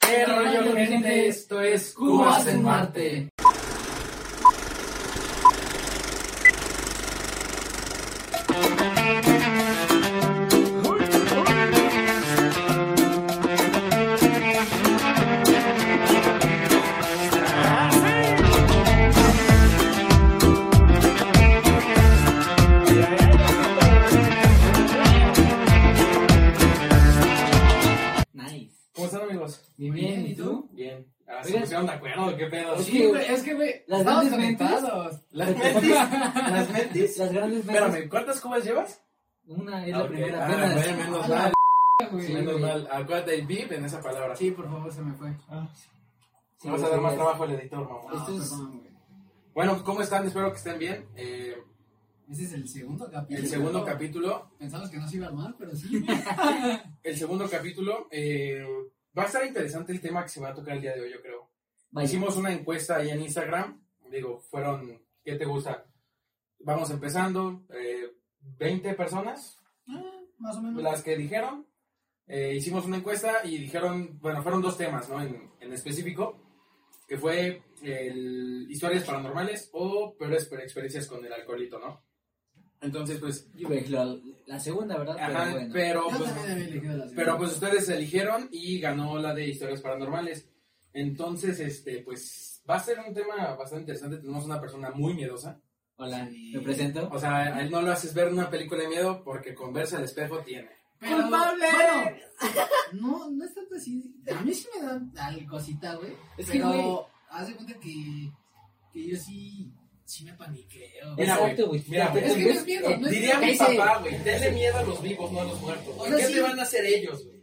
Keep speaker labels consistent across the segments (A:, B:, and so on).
A: ¿Qué rollo, gente? Esto es Cubas en Marte.
B: Nice.
C: ¿Cómo están, amigos?
A: Muy bien, ¿y tú?
C: Bien. Ah,
A: Oigan.
C: ¿se pusieron de acuerdo? ¿Qué pedo?
A: Sí, güey, es que, güey,
B: Las
A: estamos
B: grandes mentes.
A: conectados.
C: ¿Las mentis? ¿Las mentis?
B: Las grandes metas.
C: Espérame, ¿cuántas cubas llevas?
B: Una es
C: Ah,
B: la
C: ok.
B: primera.
C: Ah,
B: apenas.
C: güey, menos
A: A
C: mal,
A: güey.
C: menos mal. Acuérdate del bip en esa palabra.
A: Sí, por favor, se me fue.
B: Sí,
C: Me vas a dar más
B: sí,
C: trabajo al editor, mamá.
A: Ah,
B: Esto es-
A: perdón, güey.
C: Bueno, ¿cómo están? Espero que estén bien. Eh,
A: Ese este es el segundo capítulo.
C: el segundo capítulo.
A: Pensamos que no se iba a armar, pero sí. güey.
C: El segundo capítulo. eh, va a estar interesante el tema que se va a tocar el día de hoy, yo creo.
B: Vaya.
C: Ah, Hicimos una encuesta ahí en Instagram. Digo, fueron, ¿qué te gusta? Vamos empezando. eh, 20 personas
A: Más o menos.
C: las que dijeron. eh, hicimos una encuesta y dijeron, bueno, fueron dos temas, ¿no? En, en específico, que fue el, historias paranormales o peores per- experiencias con el alcoholito, ¿no? Entonces, pues,
B: Yo elegí la, la segunda, ¿verdad?
C: ajá,
B: Ah, pero bueno.
C: pero,
A: Yo
C: pues,
A: también había elegido las
C: pero pues ustedes eligieron y ganó la de historias paranormales. Entonces, este, pues, va a ser un tema bastante interesante. Tenemos una persona muy miedosa.
B: Hola,
A: Sí.
B: me presento.
C: O sea, a él no lo haces ver una película de miedo porque conversa el espejo tiene.
A: Pero,
B: ¡Culpable!
A: Bueno, no, no es tanto así. A mí sí me dan al cosita, güey.
B: Es que,
A: pero
B: güey.
A: haz de cuenta que, que yo sí, sí me paniqueo.
C: Mira, güey,
B: Exacto, güey.
C: mira, güey.
A: es que no es miedo, no es
C: Diría mi
B: Ese-
C: papá, güey, denle miedo a los vivos, no a los muertos. güey.
A: O sea,
C: ¿Qué
A: sí.
C: te van a hacer ellos, güey?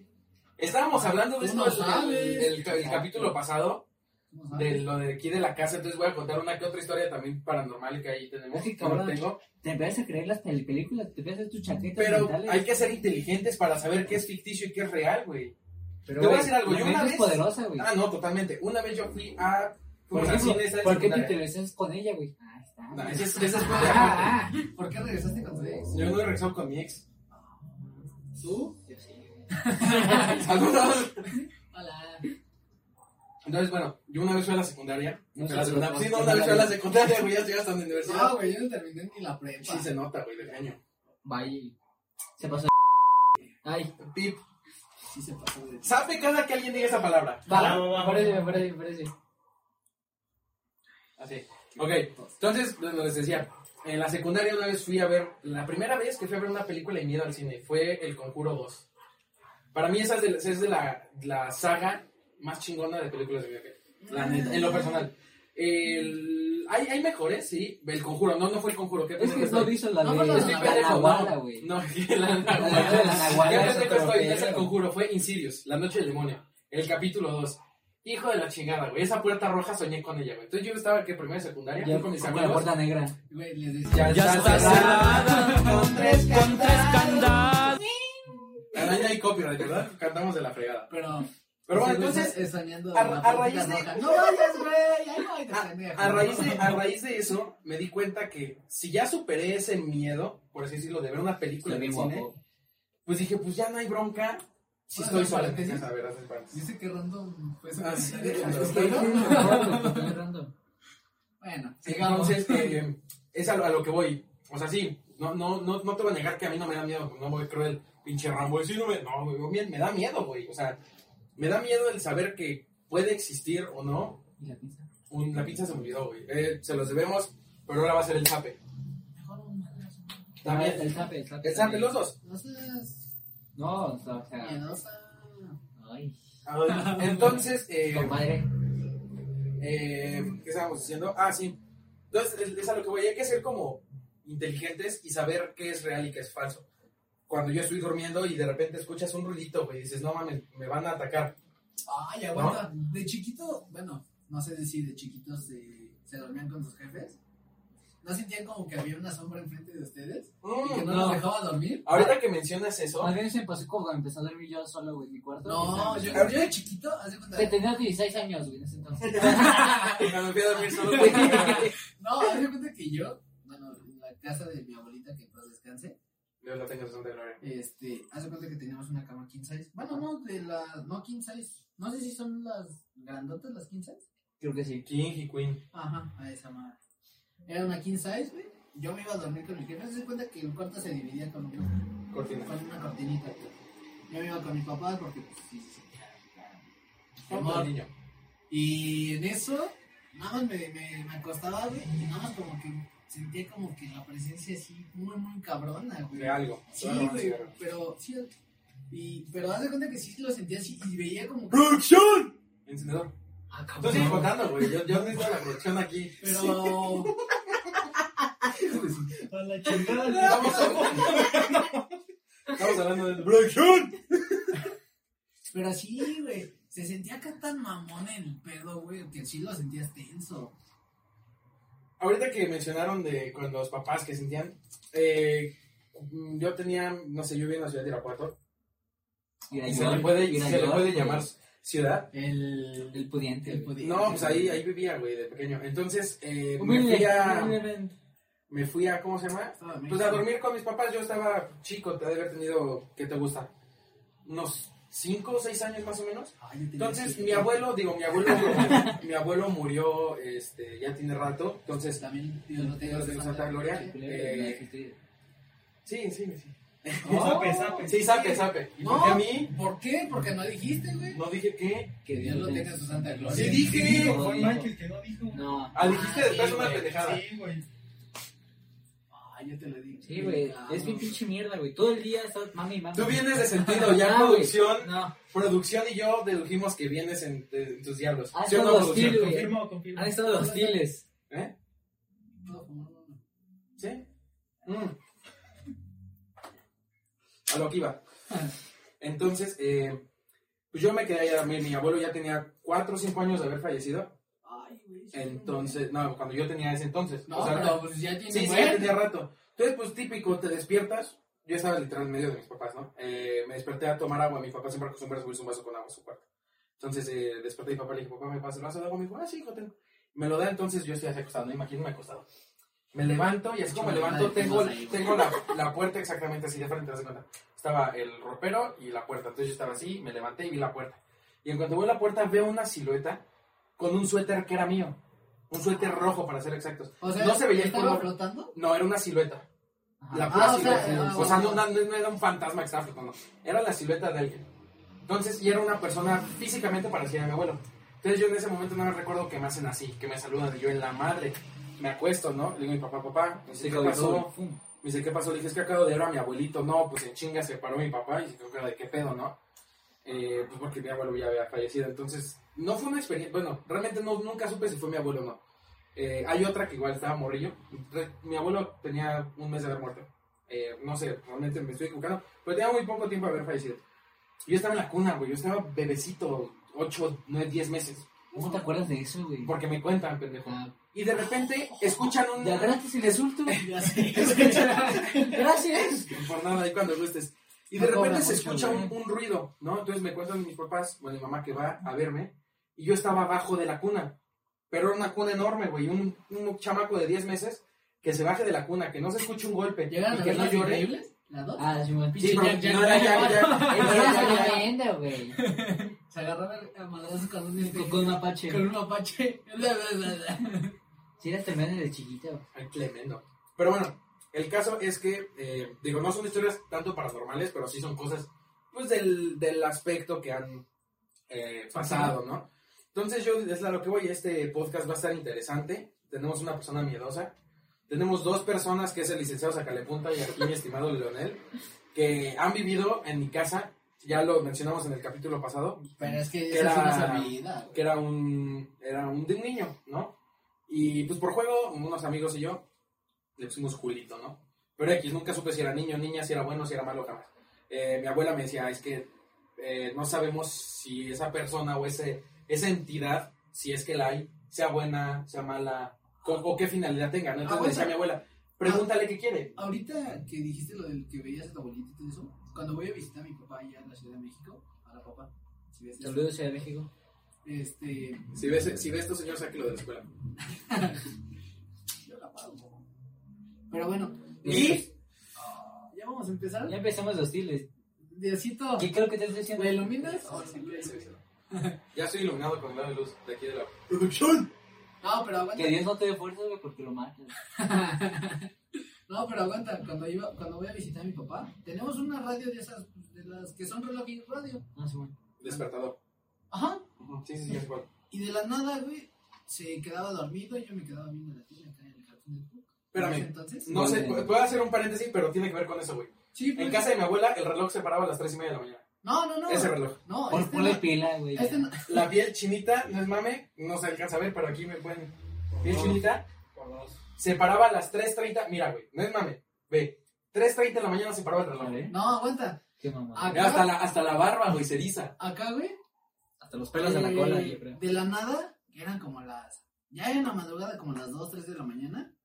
C: Estábamos hablando de
A: Tú
C: esto
A: no
C: el,
A: sabes.
C: el- el capítulo pasado,
A: ¿Cómo sabes?
C: de lo de aquí de la casa, entonces voy a contar una que otra historia también paranormal que ahí tenemos.
B: Es que,
C: que no
B: cabrón.
C: tengo.
B: Te empiezas a creer las pel- películas, te empiezas a hacer tus chaquetas
C: Pero
B: mentales.
C: hay que ser inteligentes para saber qué es ficticio y qué es real, güey.
B: Pero,
C: te voy a
B: güey,
C: decir algo,
B: la
C: yo
B: mente
C: una
B: es
C: vez-
B: poderosa, güey.
C: Ah, no, totalmente. Una vez yo fui a...
B: Por
C: Bueno,
B: ejemplo,
C: sí, esa es
B: ¿por qué te
C: secundaria.
B: interesas con ella, güey? Ah, está.
C: No, esa es, esa es muy aparte.
B: Ah, ah.
A: ¿Por qué regresaste con tu ex?
C: Yo no he regresado con mi ex.
A: ¿Tú?
B: Yo sí, güey.
C: Saludos.
A: Hola.
C: Entonces, bueno, yo una vez fui a la secundaria.
B: No
C: Pero la
B: sé,
C: secundaria-
B: pero-
C: sí, no, una vez fui a la secundaria, güey, ya estoy hasta en la universidad.
A: No, Ah, güey, yo no terminé ni la prepa.
C: Sí se nota, güey, del año.
B: Vaya. Se pasó. Ay,
C: Pip.
A: Sí se pasó de...
C: ¿Sabe cada que alguien diga esa palabra?
B: va, me parece, me parece, me parece.
C: Así. Ok, entonces, bueno, les decía, en la secundaria una vez fui a ver, la primera vez que fui a ver una película de miedo al cine fue El Conjuro 2. Para mí esa es de, es de la, la saga más chingona de películas de miedo. que- La neta, en lo personal. El- hay, hay mejores, sí. El Conjuro, no, no fue El Conjuro. ¿qué
B: Es que
C: pendejo
B: no
C: estoy?
B: hizo la
A: No,
B: de
A: no, no,
C: Estoy
A: la
B: la
C: pendejo,
B: Nahuala,
C: no.
B: güey.
C: No, la Nahuala.
B: La de la Nahuala,
C: Ya
B: eso
C: pensé que
B: te lo
C: estoy, es
B: creo.
C: el conjuro, fue Insidious, La Noche del Demonio, el capítulo 2. Hijo de la chingada, güey. Esa puerta roja soñé con ella, güey. Entonces yo estaba que primero de secundaria, fui
B: Ya
C: con mis
B: con la
C: amigos.
B: puerta negra.
A: Güey, les
C: Ya,
A: decía...
D: Ya está cerrada con tres candados.
C: Ahora ya hay copyright, ¿verdad? Cantamos de la fregada.
A: Pero...
C: Pero bueno,
A: Sí, güey,
C: entonces,
A: es soñando
C: a-
A: la
C: a raíz
A: puerta
C: de-
A: roja. No vayas, güey, ahí no hay
C: a,
A: pendejo.
C: a raíz de, a raíz de eso, me di cuenta que si ya superé ese miedo, por así decirlo, de ver una película
B: Se
C: en
B: ve
C: el cine,
B: guapo.
C: pues dije, pues ya no hay bronca. Si
A: Bueno,
C: estoy sola
A: ¿sí?
C: en casa, a ver, haces panes.
A: Dice que random fue su
C: Ah, sí.
A: comentario.
C: Es que-
A: Bueno, sigamos.
C: Entonces, eh, es a lo, a lo que voy. O sea, sí, no, no, no, no te voy a negar que a mí no me da miedo, no voy cruel, pinche Rambo. Sí, no, me, no güey, me, me da miedo, güey. O sea, me da miedo el saber que puede existir o no.
B: Y la pizza.
C: Un- la pizza se me olvidó, güey. Eh, se los debemos, pero ahora va a ser el zape.
A: Mejor un madrazo.
C: También.
B: Ah, El zape, el zape.
C: El zape, los dos.
A: No seas
B: No, o sea, o sea,
A: miedosa.
B: ay,
C: Entonces, eh,
B: compadre.
C: Eh, ¿Qué estábamos diciendo? Ah, sí. Entonces, es- es a lo que voy. Hay que ser como inteligentes y saber qué es real y qué es falso. Cuando yo estoy durmiendo y de repente escuchas un ruidito, güey, y dices, no mames, me van a atacar.
A: Ay, aguanta. De chiquito, bueno, no sé si de chiquitos se, se dormían con sus jefes. ¿No sentían como que había una sombra enfrente de ustedes? ¿Y que
C: Mm,
A: no,
B: no.
A: los dejaba dormir?
C: Ahorita que mencionas eso,
B: Más bien se pasó pues, como cuando empecé a dormir yo solo, güey, en mi cuarto.
A: No,
B: Que
A: yo,
B: estaba-
A: yo de chiquito, hace cuenta.
B: Que tenía 16 años, güey, en ese entonces.
C: cuando me fui a dormir solo, güey,
A: No, hace cuenta que yo, bueno, en la casa de mi abuelita que en paz descanse,
C: Dios la tenga en su santa gloria.
A: este, hace cuenta que teníamos una cama king size. Bueno, no, de la, no king size, No sé si son las grandotas, las king size.
B: Creo que sí.
C: King y Queen.
A: Ajá, a esa madre. Era una king size, güey. Yo me iba a dormir con mi jefe. Se dio cuenta que el cuarto se dividía con, un-
C: Cortina.
A: con una cortinita. güey. Yo me iba con mi papá porque, pues, sí, sí, sí.
C: Foto del
A: Amor.
C: niño.
A: Y en eso, nada más me, me, me acostaba, güey, y nada más como que sentía como que la presencia así, muy, muy cabrona, güey.
C: De algo.
A: Sí,
C: Claro,
A: güey,
C: claro.
A: pero, sí, y, pero haz de cuenta que sí lo sentía así y veía como que...
C: ¡Ah! ¡Producción! Encendedor.
A: Ah,
C: Tú
A: cabrón.
C: sigues contando, güey. Yo, yo necesito la producción aquí.
A: Pero...
B: A la chingada.
C: Estamos hablando, Estamos hablando de producción.
A: Pero sí, güey. Se sentía acá tan mamón el pedo, güey, que sí lo sentías tenso.
C: Ahorita que mencionaron de con los papás que sentían, eh, mm, yo tenía, no sé, yo vivía en la ciudad de Irapuato. Y se le puede, se le puede llamar ciudad.
B: El, el pudiente.
A: El
B: güey.
A: pudiente.
C: No, pues ahí, ahí vivía, güey, de pequeño. Entonces, eh, me
B: Humilde,
C: fui a,
B: humildemente.
C: me fui a, ¿cómo se llama?
A: Estaba bien.
C: Pues a dormir con mis papás, yo estaba chico, te ha de haber tenido, ¿qué te gusta? Unos 5 o 6 años más o menos.
A: Ay, yo tenía
C: Entonces,
A: que-
C: mi abuelo, digo, mi abuelo, mi abuelo murió, este, ya tiene rato. Entonces,
A: También, Dios lo tenga
C: Dios de Santa Gloria.
A: Sí.
B: Eh,
C: sí, sí, sí. pues
E: Sape, sape.
C: Sí, sape, sape. ¿Y
A: No.
C: por qué a mí?
A: ¿Por qué? Porque no dijiste, güey.
C: No dije qué.
A: Que Dios lo tenga en su santa gloria.
C: Sí, dije.
E: Dijo,
B: no
E: Fue
B: dijo.
E: Michael que no dijo.
B: No.
C: Ah, dijiste
A: Ah,
C: después
A: sí,
C: una
A: güey,
C: pendejada.
E: Sí, güey.
A: Ah, yo te lo dije.
B: Sí, güey.
A: Ah,
B: Es mi
A: no.
B: pinche mierda, güey. Todo el día estás mami, mami.
C: Tú vienes de sentido, ya
B: Ah, güey.
C: producción,
B: No.
C: producción y yo dedujimos que vienes en, de- en tus diablos.
B: Ah,
C: ¿Sí o no,
B: todo
C: producción?
B: hostil, güey.
E: Confirmo, confirmo.
B: Han estado hostiles.
C: ¿Eh?
A: No, no, no.
C: ¿Sí? Mm. A lo que iba. Entonces, eh, pues yo me quedé ahí a dormir. Mi abuelo ya tenía 4 o 5 años de haber fallecido.
A: Ay, güey. sí,
C: Entonces, no, cuando yo tenía ese entonces.
A: No,
C: O sea,
A: pero pues ya tiene
C: Sí, sí, ya
A: buen.
C: tenía rato. Entonces, pues típico, te despiertas. Yo estaba literal en medio de mis papás, ¿no? Eh, me desperté a tomar agua. Mi papá siempre acostumbra a subirse un vaso con agua a su cuarto. Entonces, eh, desperté a mi papá y le dije, papá, ¿me pasa el vaso de agua? Me dijo, ah, sí, hijo, tengo. Me lo da, entonces yo estoy así acostado, no imagino, me acostado. Me levanto y así como me levanto, tengo, tengo la, la puerta exactamente así de frente, ¿te das cuenta? Estaba el ropero y la puerta. Entonces yo estaba así, me levanté y vi la puerta. Y en cuanto veo la puerta, veo una silueta con un suéter que era mío. Un suéter rojo, para ser exactos.
A: O sea,
C: no se veía el
A: ¿Estaba
C: color.
A: flotando?
C: No, era una silueta.
B: Ajá.
C: La pura
A: Ah, o sea,
C: silueta.
A: ah,
C: o sea, no,
A: bueno.
C: no- no era un fantasma que estaba flotando. Era la silueta de alguien. Entonces, y era una persona físicamente parecida a mi abuelo. Entonces, yo en ese momento no me recuerdo que me hacen así, que me saludan. Y yo en la madre me acuesto, ¿no? Le digo a mi papá, papá, me dice, ¿qué pasó?
B: Fum.
C: Me dice, ¿qué pasó? Le dije, es que acabo de ver a mi abuelito. No, pues en chinga se paró mi papá y se quedó cara de qué pedo, ¿no? Eh, pues porque mi abuelo ya había fallecido. Entonces, no fue una experiencia. Bueno, realmente no, nunca supe si fue mi abuelo o no. Eh, hay otra que igual estaba morrillo. Re- Mi abuelo tenía un mes de haber muerto. Eh, no sé, realmente me estoy equivocando. Pero tenía muy poco tiempo de haber fallecido. Yo estaba en la cuna, güey. Yo estaba bebecito, 8, 9, 10 meses.
B: ¿Cómo te acuerdas de eso, güey?
C: Porque me cuentan, pendejo.
B: Ah,
C: Y de repente escuchan un.
B: Ya gratis el insulto.
A: Ya sé.
B: Gracias.
C: por nada ahí cuando gustes. Y de
B: No cobra
C: repente se
B: mucho,
C: escucha un,
B: güey.
C: un ruido, ¿no? Entonces me cuentan mis papás, bueno, mi mamá que va a verme, y yo estaba abajo de la cuna, pero era una cuna enorme, güey, un, un chamaco de 10 meses que se baje de la cuna, que no se escuche un golpe,
A: ¿Llegaron
C: y
A: a
C: que
A: ver
C: no
A: las
C: llore.
A: increíbles? ¿Las dos?
B: Ah, sí, güey.
C: Sí,
B: Pinche
C: pero
B: Jack, Jack,
C: no era
B: Jack.
C: ya, ya,
B: Es
C: era ya,
B: una
C: ya.
B: leyenda, güey.
A: Se agarraron a madrazos con un
B: Con-
A: este-
B: Con un apache.
A: con un apache. Bla, bla, bla, bla.
B: Si eras tremendo de chiquito. güey.
C: Ay, tremendo. Pero bueno, el caso es que, eh, digo, no son historias tanto paranormales, pero sí son cosas, pues, del, del aspecto que han eh, pasado, ¿no? Entonces yo, es a lo que voy, este podcast va a estar interesante. Tenemos una persona miedosa. Tenemos dos personas, que es el licenciado Sacalepunta y aquí mi estimado Leonel, que han vivido en mi casa, ya lo mencionamos en el capítulo pasado,
A: Pero es que
C: Que
A: esa es
C: era-
A: una sabiduría, güey.
C: que era un era un de un niño, ¿no? Y pues por juego, unos amigos y yo le pusimos Julito, ¿no? Pero X, nunca supe si era niño, niña, si era bueno, si era malo, jamás. Eh, mi abuela me decía, es que eh, no sabemos si esa persona o ese, esa entidad, si es que la hay, sea buena, sea mala, co- o qué finalidad tenga, ¿no? Entonces
A: Ah,
C: me decía mi
A: bueno.
C: abuela, pregúntale qué quiere.
A: Ahorita que dijiste lo del que veías a tu abuelita y todo eso, cuando voy a visitar a mi papá allá en la Ciudad de México, a la papá, si ves esto,
B: Saludos, Ciudad de México.
A: este,
C: Si ves, si ves esto, señor, sáquelo de la escuela.
A: yo la pago. Pero bueno,
C: ¿Y?
A: ah, ya vamos a empezar.
B: Ya empezamos los hostiles.
A: Diosito,
B: ¿Qué creo que te estoy diciendo?
A: ¿me iluminas? Oh,
C: Sí, sí, sí. pues, Ya estoy iluminado con la luz de aquí de la.
A: ¡Producción! No, pero aguanta.
B: Que Dios no te dé fuerza, güey, porque lo matas.
A: no, pero aguanta. Cuando, iba, cuando voy a visitar a mi papá, tenemos una radio de esas, de las que son reloj y radio.
B: No, Ah, sí, güey.
C: Despertador.
A: Ajá.
C: Sí, sí, sí, es bueno.
A: Y de la nada, güey, se quedaba dormido y yo me quedaba viendo la tele acá en el Cartoon Network.
C: Espérame.
A: Entonces,
C: No sé, voy a hacer un paréntesis, pero tiene que ver con eso, güey.
A: Sí, pues,
C: En casa de mi abuela, el reloj se paraba a las 3 y media de la mañana.
A: No, no, no.
C: Ese reloj.
A: No,
B: Pon-
A: este
B: ponle
A: no.
B: pila, güey.
A: Este no.
C: La piel chinita, no es mame, no se alcanza a ver, pero aquí me pueden. Piel chinita,
D: Por dos.
C: se paraba a las 3.30. Mira, güey, no es mame. Ve, 3.30 de la mañana se paraba el reloj.
B: Vale.
A: No, aguanta.
B: Qué mamá.
A: Ah,
C: Ve, Hasta la, hasta la barba, güey, se eriza.
A: Acá, güey. eh,
B: Hasta los pelos de la cola, yo creo.
A: De la nada, que eran como las. Ya en la madrugada, como las 2, 3 de la mañana.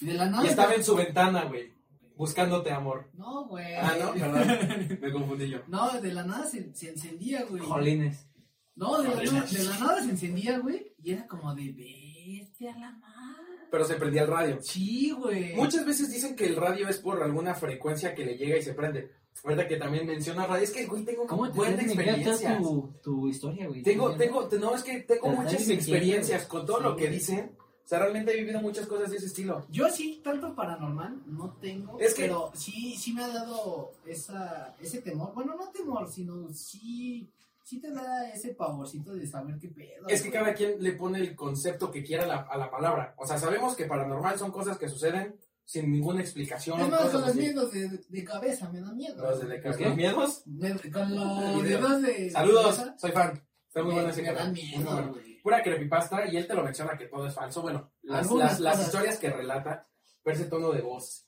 A: Y de la nada.
C: Y estaba en su ventana, güey, buscándote amor.
A: No, güey.
C: Ah, no, perdón. Me confundí yo.
A: No, de la nada se, se encendía, güey.
B: Jolines.
A: No, de la,
C: Jolines.
A: nada, de la nada se encendía, güey. Y era como de vete a la madre.
C: Pero se prendía el radio.
A: Sí, güey.
C: Muchas veces dicen que el radio es por alguna frecuencia que le llega y se prende. Ahorita que también menciona radio. Es que, güey, tengo
B: ¿Cómo te
C: buenas
B: ni siquiera
C: experiencias.
B: tu, tu historia, güey?
C: Tengo, tengo, te- no, es que tengo
B: Pero
C: muchas
B: nadie me entiende,
C: experiencias
B: güey.
C: con todo
B: Sí,
C: lo que
B: güey.
C: dicen. O sea, realmente he vivido muchas cosas de ese estilo.
A: Yo sí, tanto paranormal no tengo,
C: Es que-
A: pero sí, sí me ha dado esa, ese temor. Bueno, no temor, sino sí, sí te da ese pavorcito de saber qué pedo.
C: Es que
A: güey.
C: cada quien le pone el concepto que quiera a la, a la palabra. O sea, sabemos que paranormal son cosas que suceden sin ninguna explicación.
A: Es más,
C: cosas
A: con los
C: así.
A: miedos de, de cabeza me da miedo.
C: Los de la casa.
B: ¿Qué?
C: ¿Los miedos.
A: Me- con los
C: Video.
A: dedos de.
C: Saludos,
A: cabeza,
C: soy fan. Está muy
A: me-
C: bueno ese
A: me dan
C: canal. Muy
A: miedo,
C: bueno.
A: güey.
C: pura creepypasta y él te lo menciona que todo es falso. Bueno, las,
A: Algunas
C: las, las
A: cosas.
C: historias que relata, pero ese tono de voz.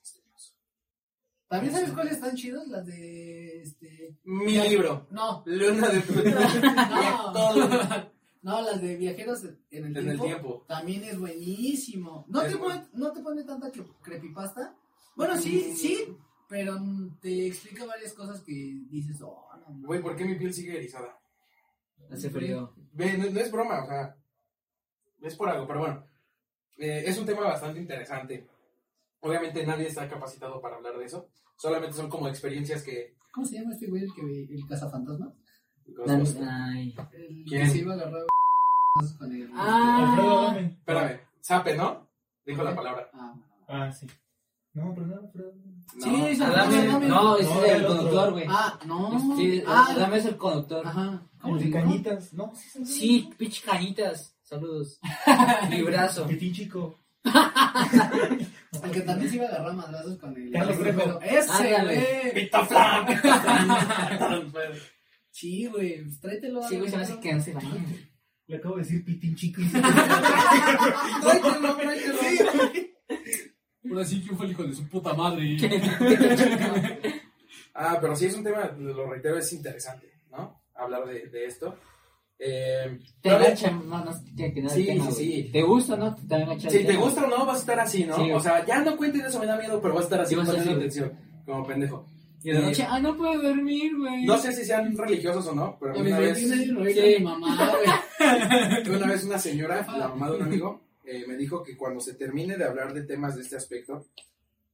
A: También sabes cuáles están chidas, las de este.
C: Mi libro,
A: No,
C: Luna de Plutón.
A: no. no, las de viajeros en
C: en
A: el
C: el
A: tiempo.
C: tiempo.
A: También es buenísimo. No,
C: Es
A: te,
C: bueno.
A: pone, no te pone tanta cre- creepypasta. Bueno, sí,
C: Mm.
A: sí, pero mm, te explica varias cosas que dices, oh, no, no.
C: Güey, ¿por qué mi piel sigue erizada?
B: Hace frío.
C: Ve, no, no es broma, o sea, es por algo, pero bueno. Eh, es un tema bastante interesante. Obviamente nadie está capacitado para hablar de eso. Solamente son como experiencias que...
A: ¿Cómo se llama este güey el, que, el cazafantasma?
B: Ay.
A: El
C: ¿Quién?
A: que se iba a agarrar con el...
D: Alfredo
B: Ah.
D: Adame.
C: Espérame, sape, ¿no? Dijo la palabra.
A: Ah, bueno.
D: Ah, sí. No, pero no, Alfredo.
C: No.
A: Sí, es
B: Adame.
A: Adame, Adame.
B: No, ese
D: No,
B: es
D: el
B: el
D: otro.
B: conductor, güey.
A: Ah, no.
B: Sí,
A: ah,
B: Adame es el conductor.
A: Ajá.
D: ¿Cómo de
A: se
D: cañitas? No, sí, sí.
B: Sí, pinche canitas. Saludos. Librazo.
D: Pitín chico.
A: llama? El que también se iba a agarrar madrazos con el...
D: Carlos Trejo.
A: Ese,
B: Ándale.
A: güey.
C: ¡Pitaflan!
A: Sí, güey, pues, tráetelo.
B: Sí, güey, se me hace que no se baña.
D: Le acabo de decir pitín chico. y-
C: Tráetelo, tráetelo.
A: Ahora sí, ¿quién fue el hijo de su puta madre?
C: Ah, pero sí es un tema, lo reitero, es interesante, ¿no? Hablar de, de esto. Eh,
B: Te
C: pero-
B: engancha más, más que nada el
C: Sí, sí,
B: tema, güey.
C: sí.
B: ¿Te gusta o no? Te va a enganchar el
C: si te
B: tema.
C: gusta o no, vas a estar así, ¿no?
B: Sí.
C: O sea, ya no cuentes eso, me da miedo, pero vas a estar así,
B: Sí, vas a
C: poniendo
B: estar así,
C: atención, como pendejo.
B: Y de noche, ah, no puedo dormir, güey.
C: No sé si sean religiosos o no, pero
A: A
C: una
A: mis
C: vez,
A: 21 años lo vi
B: Sí.
A: con mi mamá, güey.
C: una vez una señora, la mamá de un amigo, eh, me dijo que cuando se termine de hablar de temas de este aspecto,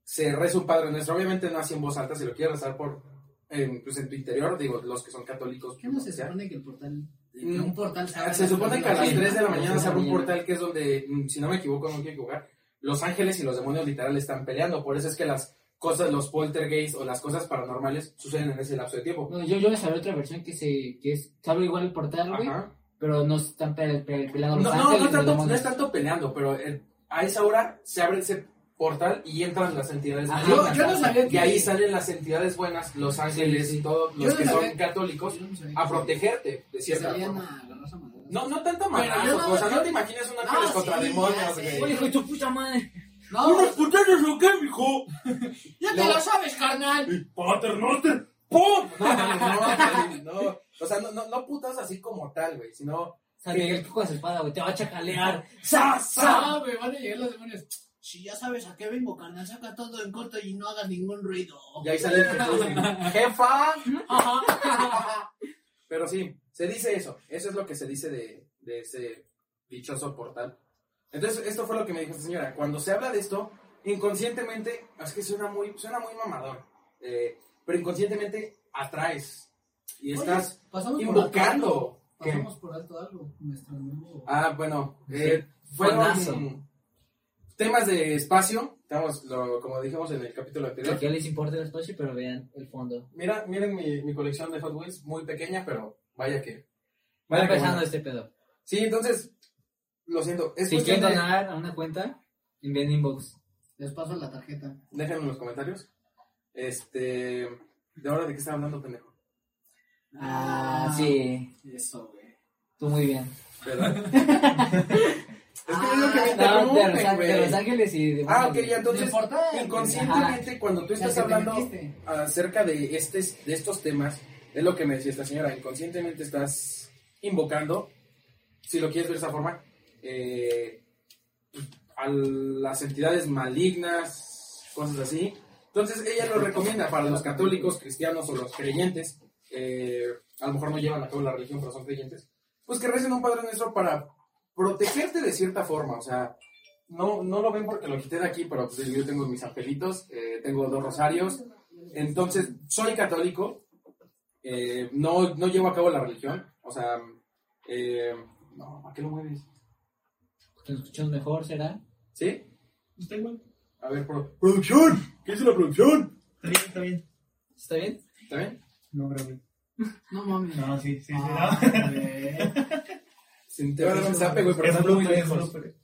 C: se reza un Padre Nuestro. Obviamente no así en voz alta, si lo quieres rezar por, en, pues en tu interior, digo, los que son católicos.
A: ¿Qué no
C: lo
A: se
C: que sea.
A: supone que el portal... eh, que
C: Mm.
A: un portal se
C: Ah,
A: abre
C: Se supone que a las
A: Sí.
C: 3 de la mañana
B: tres
C: se
B: de la
C: abre un
B: mañana.
C: portal que es donde, mm, si no me equivoco, no me quiero equivocar, los ángeles y los demonios literal están peleando. Por eso es que las cosas, los poltergeists o las cosas paranormales suceden en ese lapso de tiempo.
B: No, yo, yo me sabía otra versión que se, que es, se abre igual el
A: Ah,
B: portal, güey,
C: Ajá.
B: pero no están pe- pe-
C: No,
B: peleando los
C: no,
B: ángeles,
C: no, es
B: los
C: tanto, no
B: demonios.
C: es tanto peleando, pero eh, a esa hora se abre ese portal y entran las entidades
B: Ajá.
A: Yo,
C: malignas.
A: Ah, yo no sabía que...
C: Y ahí salen las entidades buenas, los ángeles
B: Sí, sí.
C: y todos
A: Yo
C: los
A: no
C: que
A: sabía
C: son
A: Yo
C: católicos,
A: no sabía
C: a
A: que-
C: protegerte, de
A: que
C: cierta
A: salían
C: forma.
A: a agarrarse a madrazos.
C: No, no tanto
A: Pero yo
C: madrazo,
A: no-
C: o sea, no te imaginas un ángeles
A: No,
C: contra
A: sí, ya
C: demonios,
A: sé.
C: güey.
B: Oye, hijo de tu puta madre!
A: No,
C: puteros lo que, mijo!
A: ya te
C: no.
A: lo sabes, carnal.
C: ¡Paternoster! ¡Pum! No, no, no, no. O sea, no, no, no putas así como tal, güey, sino...
B: Sale el con su espada, güey, te va a chacalear.
C: ¡Sa,
A: Ah, güey, van a llegar los demonios. Si ya sabes a qué vengo, carnal, saca todo en corto y no hagas ningún ruido.
C: Y ahí sale el Jesús, güey, ¡Jefa! Pero sí, se dice eso. Eso es lo que se dice de, de ese dichoso portal. Entonces, esto fue lo que me dijo esta señora. Cuando se habla de esto, inconscientemente... Es que suena muy, suena muy mamador. eh, pero inconscientemente atraes. Y
A: Oye,
C: estás
A: Pasamos por
C: invocando.
A: acá. Pasamos por alto algo. Nuestro amigo.
C: Ah, bueno, eh, fueron
B: Buenazo.
C: mm, temas de espacio, estamos, lo- como dijimos en el capítulo anterior.
B: Que les importa el espacio, pero vean el fondo.
C: Mira, miren mi, mi colección de Hot Wheels, muy pequeña, pero vaya que...
B: Va
C: vaya que
B: empezando
C: buena.
B: este pedo.
C: Sí, entonces, lo siento, es
B: Si
C: cuestión
B: quieren
C: de-
B: donar a una cuenta, envíen inbox.
A: Les paso la tarjeta.
C: Déjenme en los comentarios. Este, ¿de ahora de qué está hablando, pendejo?
B: Ah, sí.
A: Eso, güey.
B: Tú muy bien.
C: ¿Verdad? es que es lo que me
B: No, Ah, de,
C: interrumpen,
B: Los, Á- de
C: güey.
B: Los Ángeles y de
C: Ah, ok, ya
A: No
C: entonces,
A: importa, güey.
C: inconscientemente, cuando tú estás
A: Ya que te
C: hablando...
A: metiste.
C: acerca de, estes- de estos temas, es lo que me decía esta señora, inconscientemente estás invocando, si lo quieres ver de esa forma, eh, a las entidades malignas, cosas así. Entonces ella lo recomienda para los católicos, cristianos o los creyentes, eh, a lo mejor no llevan a cabo la religión pero son creyentes, pues que recen un Padre Nuestro para protegerte de cierta forma, o sea... No, no lo ven porque lo quité de aquí, pero pues, yo tengo mis angelitos, eh, tengo dos rosarios, entonces, soy católico, eh, no, no llevo a cabo la religión, o sea, eh, no, ¿a qué lo mueves?
B: Que nos escuchamos mejor, ¿será?
C: ¿Sí?
E: Está igual.
C: A ver, pro- producción, ¿qué es la producción?
E: Está bien, está bien.
B: ¿Está bien?
C: ¿Está bien?
E: No, grave.
A: No mames.
E: No, sí, sí, sí.
A: Ah,
E: no.
A: güey.
C: Sin te un zape, güey, pero
E: Es
C: estás muy
E: blooper, es
C: lejos.
E: blooper.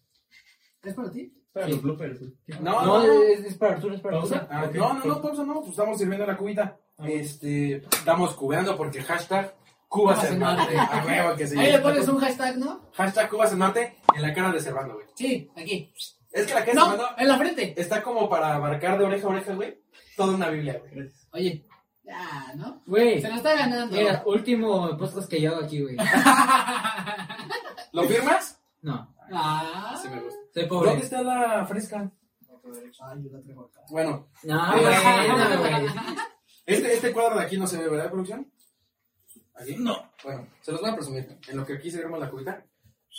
A: ¿Es para ti?
E: Para
B: Sí.
E: los bloopers. güey.
C: No,
B: No, eh,
C: no, no.
B: Es, es para Arturo, es para Arturo.
E: ¿Pausa?
C: Ah,
E: Ok.
C: No, no, no, pausa, no, pues estamos sirviendo la cubita.
E: Ah,
C: este, estamos cubeando porque hashtag Cuba
A: Cuba
C: se
A: se
C: mate. A huevo que se
A: Ahí le
C: llama.
A: pones un hashtag, ¿no?
C: Hashtag Cuba se mate en la cara de Servando, güey.
A: Sí, aquí.
C: Es que la cara de
A: No,
C: Servando
A: en la frente.
C: está como para abarcar de oreja a oreja, güey, toda una Biblia, güey.
E: Gracias.
A: Oye, ya, ¿no?
B: Güey,
A: Se lo está ganando.
B: mira, último podcast que yo hago aquí, güey.
C: ¿Lo firmas?
B: No,
A: Ah.
C: Sí me gusta.
B: soy
C: ¿Dónde
B: pobre.
C: está la fresca?
A: Ay, yo la traigo acá.
C: Bueno,
B: No, güey, no, güey.
C: este, este cuadro de aquí no se ve, ¿verdad, producción? ¿Aquí?
E: No.
C: Bueno, se los voy a presumir. En lo que aquí cerramos la cubita.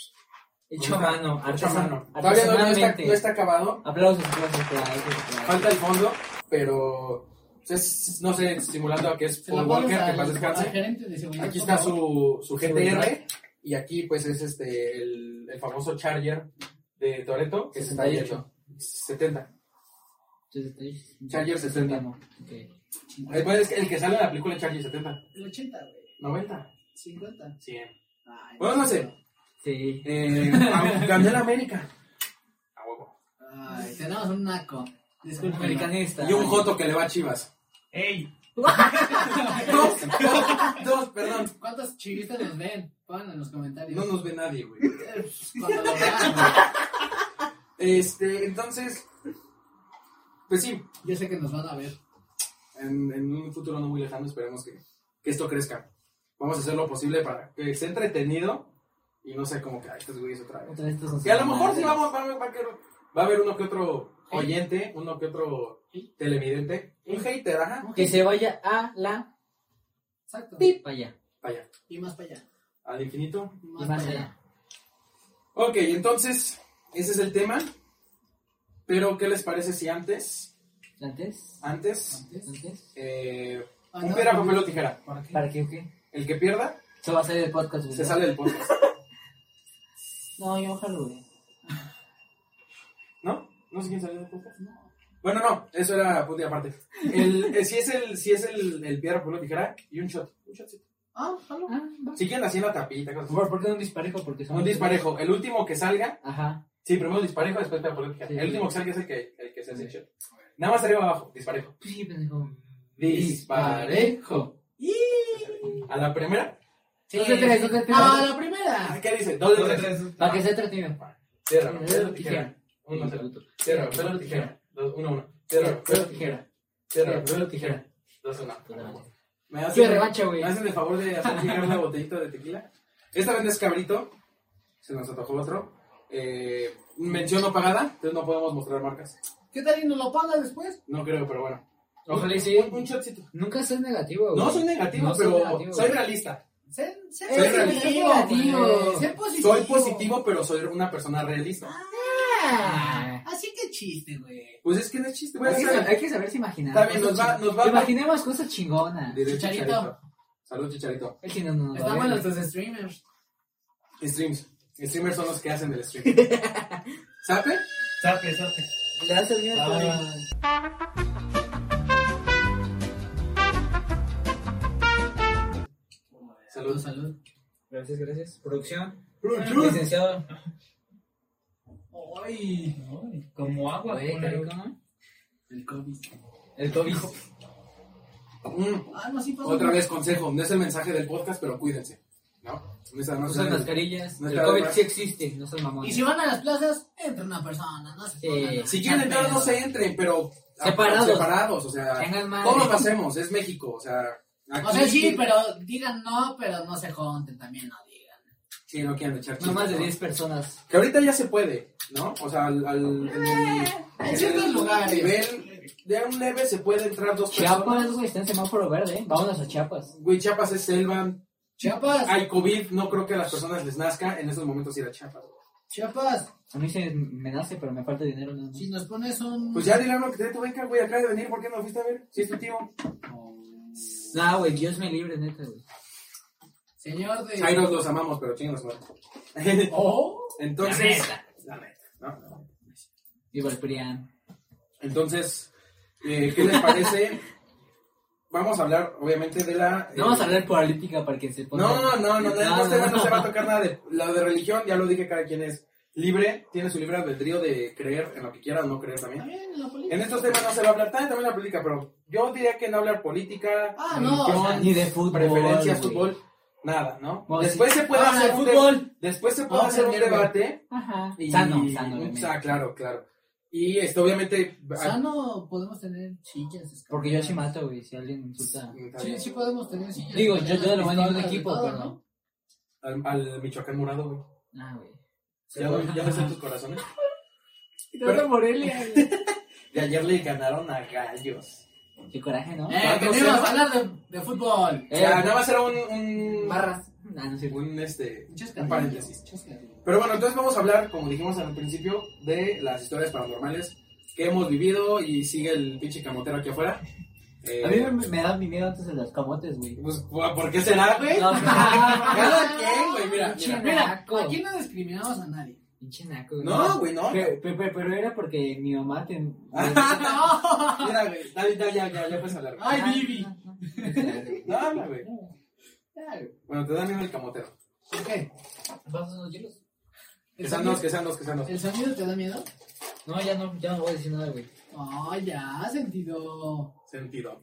B: Hecho a mano,
C: Hecho a mano. Todavía no,
B: artesan-
C: no está,
B: artesanalmente.
C: no está acabado.
B: Aplausos, aplausos, aplausos, aplausos.
C: Falta el fondo, pero es, no sé, simulando a que es
A: Se
C: Paul
A: la
C: Walker,
A: pones
C: que
A: al-
C: paz
A: al
C: descanse.
A: gerente de seguridad.
C: Aquí
A: por
C: está
A: favor.
C: su, su GTR y aquí pues es este el, el famoso Charger de Toreto que se está
B: 68.
C: yendo. 70.
B: Entonces, está-
C: Charger 70.
B: Ok.
C: Eh, pues, es que- el que sale en la película Charger 70.
A: El 80, güey.
C: 90.
A: 50.
C: 100.
A: Ay,
C: Bueno, no sé.
B: Sí.
C: Eh, a- gané la América. A huevo.
A: Ay, tenemos un naco.
B: Un
A: Disculpe.
B: americanista.
C: Y un joto que le va a Chivas.
E: ¡Ey!
C: Dos, dos, dos, perdón.
A: ¿Cuántos chivistas nos ven? Pongan en los comentarios.
C: No nos ve nadie, güey.
A: Cuando lo vean, güey.
C: Este, entonces, pues sí,
A: Yo sé que nos van a ver.
C: en, en un futuro no muy lejano esperemos que, que esto crezca. Vamos a hacer lo posible para que esté entretenido y no sea como que, ay, estos güeyes otra vez.
B: Otra vez estos son
C: Que a lo mejor
B: sus
C: sí
B: madres.
C: vamos, va, va a querer- va a haber uno que otro oyente, uno que otro televidente, un hater, ajá,
B: Que se vaya a la
A: Exacto.
B: pip allá.
C: allá,
A: Y más para allá.
C: al infinito.
A: Y
B: Y
A: más,
B: más
A: para
B: allá.
A: allá.
C: Ok, entonces, ese es el tema. Pero, ¿qué les parece si antes,
B: Antes.
C: antes,
A: Antes.
B: Antes.
C: eh,
A: Ah,
C: un
A: no,
C: piedra,
A: no,
C: papel o tijera?
A: ¿Para qué?
B: ¿Para qué o qué?
C: El que pierda,
B: Eso va a salir del podcast.
C: se
B: ¿verdad?
C: sale del podcast,
B: No, yo ojalá, güey.
C: ¿no? No sé quién salió del podcast. Bueno, no, eso era punto y aparte. El, eh, si es el, si es el, el piedra, papel o tijera, y un shot. Un shotcito.
A: Ah, jalo.
B: Ah, va.
C: Si quieren, así en la tapita, cosas así.
B: Por- ¿Por qué un disparejo? Porque somos-
C: Un disparejo. El último que salga,
B: Ajá.
C: sí, primero disparejo, después piedra, papel o tijera.
B: Sí.
C: El último que salga es el que, el que se hace el shot. Nada más arriba abajo, disparejo.
B: Sí, pendejo.
C: Disparejo.
A: Y-
C: A la primera,
A: Sí.
B: Dos de tres, dos de tres.
A: Ah, la
C: Ah,
A: primera.
C: ¿Qué dice? Dos de tres.
E: Ah,
B: Para que sea entretenido.
C: Tierra, papel, tijera. Uno, cero. Tierra, papel, tijera. Dos, uno, uno. Tierra, papel, tijera. Tierra, papel, tijera. Dos, uno. ¿Me
B: Qué
C: hacen,
B: revancha, güey.
C: ¿Me hacen el favor de hacer llegar la botellita de tequila? Esta vez no es cabrito. Se nos atajó otro. Eh, mención no pagada, entonces no podemos mostrar marcas.
A: ¿Qué tal y nos lo paga después?
C: No creo, pero bueno.
B: Ojalá y sí.
C: Un, un shotcito.
B: Nunca seas negativo, güey.
C: No soy negativo,
B: No soy
C: pero soy,
B: negativo.
C: realista.
A: Sé, sé
C: Soy
A: positivo,
B: negativo.
A: güey. Sé positivo.
C: Soy positivo, pero soy una persona realista.
A: Ah, así que chiste, güey.
C: Pues es que no es chiste, güey.
B: Hay que saber- Hay que saberse imaginar.
C: Está bien, nos va,
B: Cosas
C: nos
B: chingonas.
C: va
B: Imaginemos cosas chingonas.
C: Dice
A: Chicharito.
C: Salud, Chicharito.
B: El chino no nos va a
A: Estamos
B: ver.
A: nuestros streamers.
C: Streams. Streamers son los que hacen el stream. ¿Sabe?
E: Sape, sape.
B: Le hace bien
E: Ah,
C: Salud.
B: Salud.
D: Gracias, gracias. Producción.
A: Ah,
C: Producción.
D: Licenciado.
A: ¡Ay!
D: Como agua.
B: Güey,
D: con la-
B: rico.
D: ¿no?
A: El COVID.
D: El COVID.
C: Mm,
A: Ah, no, sí pasó.
C: Otra vez consejo, no es el mensaje del podcast, pero cuídense. ¿No? No es no es-
B: Usan mascarillas.
C: No
B: El
C: está
B: COVID
C: mal.
B: sí existe, no son
A: Y
B: mamones.
A: si van a las plazas, entra una persona, no se
B: Sí.
A: pongan a-
C: Si quieren entrar, no se entren, pero
B: Separados.
C: separados, o sea,
B: Tengan madre.
C: todos lo hacemos, es México, o sea, aquí,
A: O sea, sí, pero digan no, pero no se junten, también no digan.
C: Sí, no quieren echar
B: No más de
C: chistes,
B: 10 personas.
C: Que ahorita ya se puede, ¿no? O sea, al, al- en el-
A: Eh, En ciertos
C: el
A: lugares.
C: nivel de un leve se puede entrar dos personas.
B: Chiapas, güey, está en semáforo verde, ¿eh? Vámonos a Chiapas.
C: Güey, Chiapas es selva,
A: Chiapas,
C: hay COVID, no creo que a las personas les nazca en esos momentos ir a Chiapas.
A: Chiapas,
B: A mí se me nace, pero me falta dinero nada más.
A: si nos pones un.
C: Pues ya dile a uno que te dé tu beca, güey, acaba de venir, ¿por qué no lo fuiste a ver? Si es tu tío.
B: Nah, güey, Dios me libre, neta, güey.
A: Señor de.
C: Ahí los, los amamos, pero chingos, ¿no?
A: Oh,
C: Entonces, la neta, ¿no?
B: Y Valprián.
C: Entonces, eh, ¿qué les parece? Vamos a hablar, obviamente, de la... eh,
B: No vamos a hablar política para que se ponga.
C: No, no, no, no, no,
B: No,
C: este
B: no,
C: no
B: no.
C: se va a tocar nada de... Lo de religión, ya lo dije, cada quien es libre, tiene su libre albedrío de creer en lo que quiera o no creer también.
A: también en la política.
C: En estos temas no se va a hablar, también, también la política, pero yo diría que no hablar política,
A: Ah, no,
C: religión,
A: o sea,
B: Ni de fútbol.
C: preferencias,
B: güey.
C: fútbol, nada, ¿no?
B: Bueno,
C: después se puede
B: Ah,
C: hacer
B: de
C: un
B: fútbol.
C: de- Después se puede
A: Vamos a
C: hacer un
A: cambiar, güey.
C: debate.
B: Ajá.
C: Y,
B: Sano, sano,
C: o
B: obviamente.
C: sea, claro, claro. Y esto obviamente...
A: Sano, podemos tener sillas. escaleras.
B: Porque yo sí mato, güey, si alguien insulta.
A: Sí, sí podemos tener sillas.
B: Digo, yo- yo
A: escaleras,
B: lo voy a ningún
A: pistolas, de
B: equipo,
A: todo,
B: pero-
A: ¿no?
C: Al, al Michoacán morado, güey.
B: Ah, güey. Se
C: Ya,
B: fue.
C: ya ves en tus corazones.
B: Pero Morelia, güey.
C: De ayer le ganaron a Gallos.
B: Qué coraje, ¿no?
A: Eh, que no
C: Vamos,
A: íbamos
C: ¿eh?
A: a hablar de, de fútbol.
C: O sea, nada más era un, un
B: Barras. Ah, no sé, güey.
C: un este
A: Muchas
C: un paréntesis.
A: gracias.
C: Pero bueno, entonces vamos a hablar, como dijimos al principio, de las historias paranormales que hemos vivido y sigue el pinche camotero aquí afuera. Eh,
B: A mí me, me da mi miedo antes de los camotes, güey.
C: pues, ¿por qué será, güey?
B: No,
C: Cada quien, güey, mira.
B: Pinche
C: Eh, mira.
B: naco.
A: Aquí no discriminamos a nadie.
B: Pinche naco, güey.
C: No, güey, no.
B: Pe- pe- pe- Pero, era porque mi mamá te...
C: Mira, güey, dale, dale, ya, ya, ya puedes hablar. güey.
A: Ay, Vivi.
C: No, habla, güey. Bueno, te da miedo el camotero.
A: ¿Qué?
B: ¿Vas a los hielos?
C: Que sean dos, que sean dos, que sean dos.
A: ¿El sonido te da miedo?
B: No, ya no, ya no voy a decir nada, güey.
A: No, ya, sentido.
C: Sentido.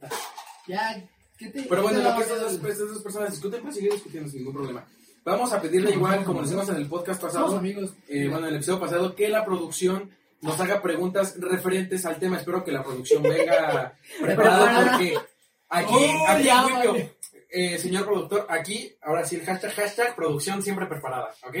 A: Ya, ¿qué te.?
C: Pero bueno,
A: qué te
C: lo
A: da
C: que
A: miedo?
C: estas dos, estas dos personas discuten, pues seguir discutiendo sin ningún problema. Vamos a pedirle igual, como lo hicimos en el podcast
A: Somos
C: pasado,
A: amigos.
C: eh, bueno, en el episodio pasado, que la producción nos haga preguntas referentes al tema. Espero que la producción venga preparada
B: Preparada.
C: porque aquí,
A: Oh,
C: aquí,
A: ya,
C: Wikio,
A: vale.
C: eh, señor productor, aquí, ahora sí, el hashtag, hashtag, producción siempre preparada, ¿ok?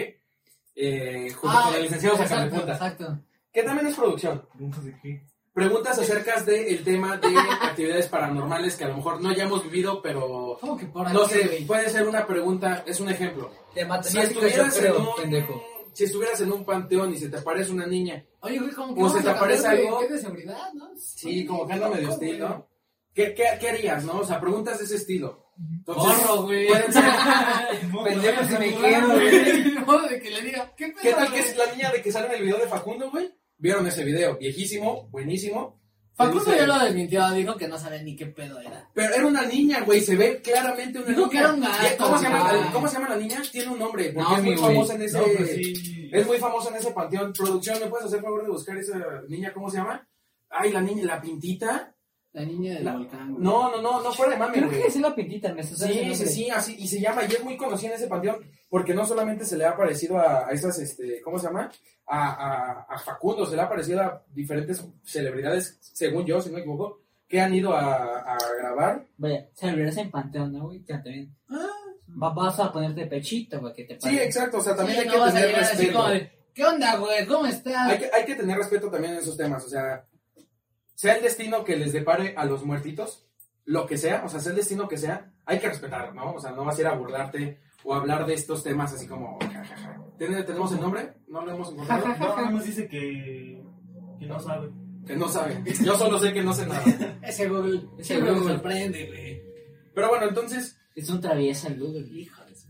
C: Eh, junto
A: Ah,
C: con el licenciado
A: exacto,
C: Sacapuntas,
A: Exacto.
C: que también es producción.
E: ¿Preguntas de qué?
C: Preguntas acerca del tema de actividades paranormales que a lo mejor no hayamos vivido, pero
A: ¿Cómo que por ahí?
C: no sé,
A: güey?
C: puede ser una pregunta, es un ejemplo.
D: De
C: Si
D: matemáticas, yo
C: estuvieras,
D: creo,
C: en un,
D: pendejo.
C: si estuvieras en un panteón y se te aparece una niña,
A: Oye, güey, ¿cómo que.
C: O
A: vamos
C: se te
A: a cambiar
C: aparece
A: de-
C: algo.
A: ¿Qué de seguridad, no?
C: sí, como que anda medio
A: ¿Cómo,
C: hostil,
A: güey?
C: ¿no? ¿Qué, qué, qué harías, no? O sea, preguntas de ese estilo. Entonces,
A: Porro, güey.
C: pueden ser-
D: Pendejo si me quiero, güey.
A: No, de que le diga, ¿qué pedo?
C: ¿Qué tal que
A: güey?
C: es la niña de que sale en el video de Facundo, güey? ¿Vieron ese video? Viejísimo, buenísimo.
A: Facundo
C: Dice-
A: ya lo desmintió, dijo que no sabía ni qué pedo era.
C: Pero era una niña, güey, se ve claramente una
A: Dijo
C: niña.
A: que era un gato,
C: ¿Cómo se, llama,
A: güey.
C: ¿Cómo se llama la niña? Tiene un nombre, porque
B: No,
C: es muy
B: mi güey.
C: famosa en ese...
E: No,
A: pues
E: pero sí.
C: Es muy famosa en ese panteón. Producción, ¿me puedes hacer favor de buscar esa niña? ¿Cómo se llama? Ay, la niña, la pintita.
A: La niña del
C: La-
A: volcán. güey.
C: No, no, no, no fuera de mami,
B: Creo que
C: güey.
B: es la pintita, me suena ese
C: Sí, sí,
B: nombre.
C: sí, así, y se llama, y es muy conocida en ese panteón, porque no solamente se le ha parecido a, a esas, este, ¿cómo se llama? A, a, a Facundo, se le ha parecido a diferentes celebridades, según yo, si no me equivoco, que han ido a, a grabar.
B: Vaya, celebridades en panteón, ¿no, güey? Canta bien. Va- vas a ponerte pechito, güey, que te
C: Ah, Sí,
B: pare.
C: exacto, o sea, también
A: Sí,
C: hay
A: no
C: que
A: vas a
C: tener
A: llegar así
C: respeto.
A: como de, ¿Qué onda, güey? ¿Cómo estás?
C: Hay que, hay que tener respeto también en esos temas, o sea, sea el destino que les depare a los muertitos, lo que sea, o sea, sea el destino que sea, hay que respetar, ¿no? O sea, no vas a ir a burlarte o a hablar de estos temas así como... ja, ja, ja. ¿Tiene- ¿Tenemos el nombre? ¿No lo hemos encontrado?
E: No, nada más dice que. que no sabe.
C: Que no sabe. Yo solo sé que no sé nada.
A: Ese Google
B: Ese
A: siempre me
B: Google.
A: sorprende, güey.
C: Pero bueno, entonces,
B: Es un traviesa el Google.
A: Hijo de su-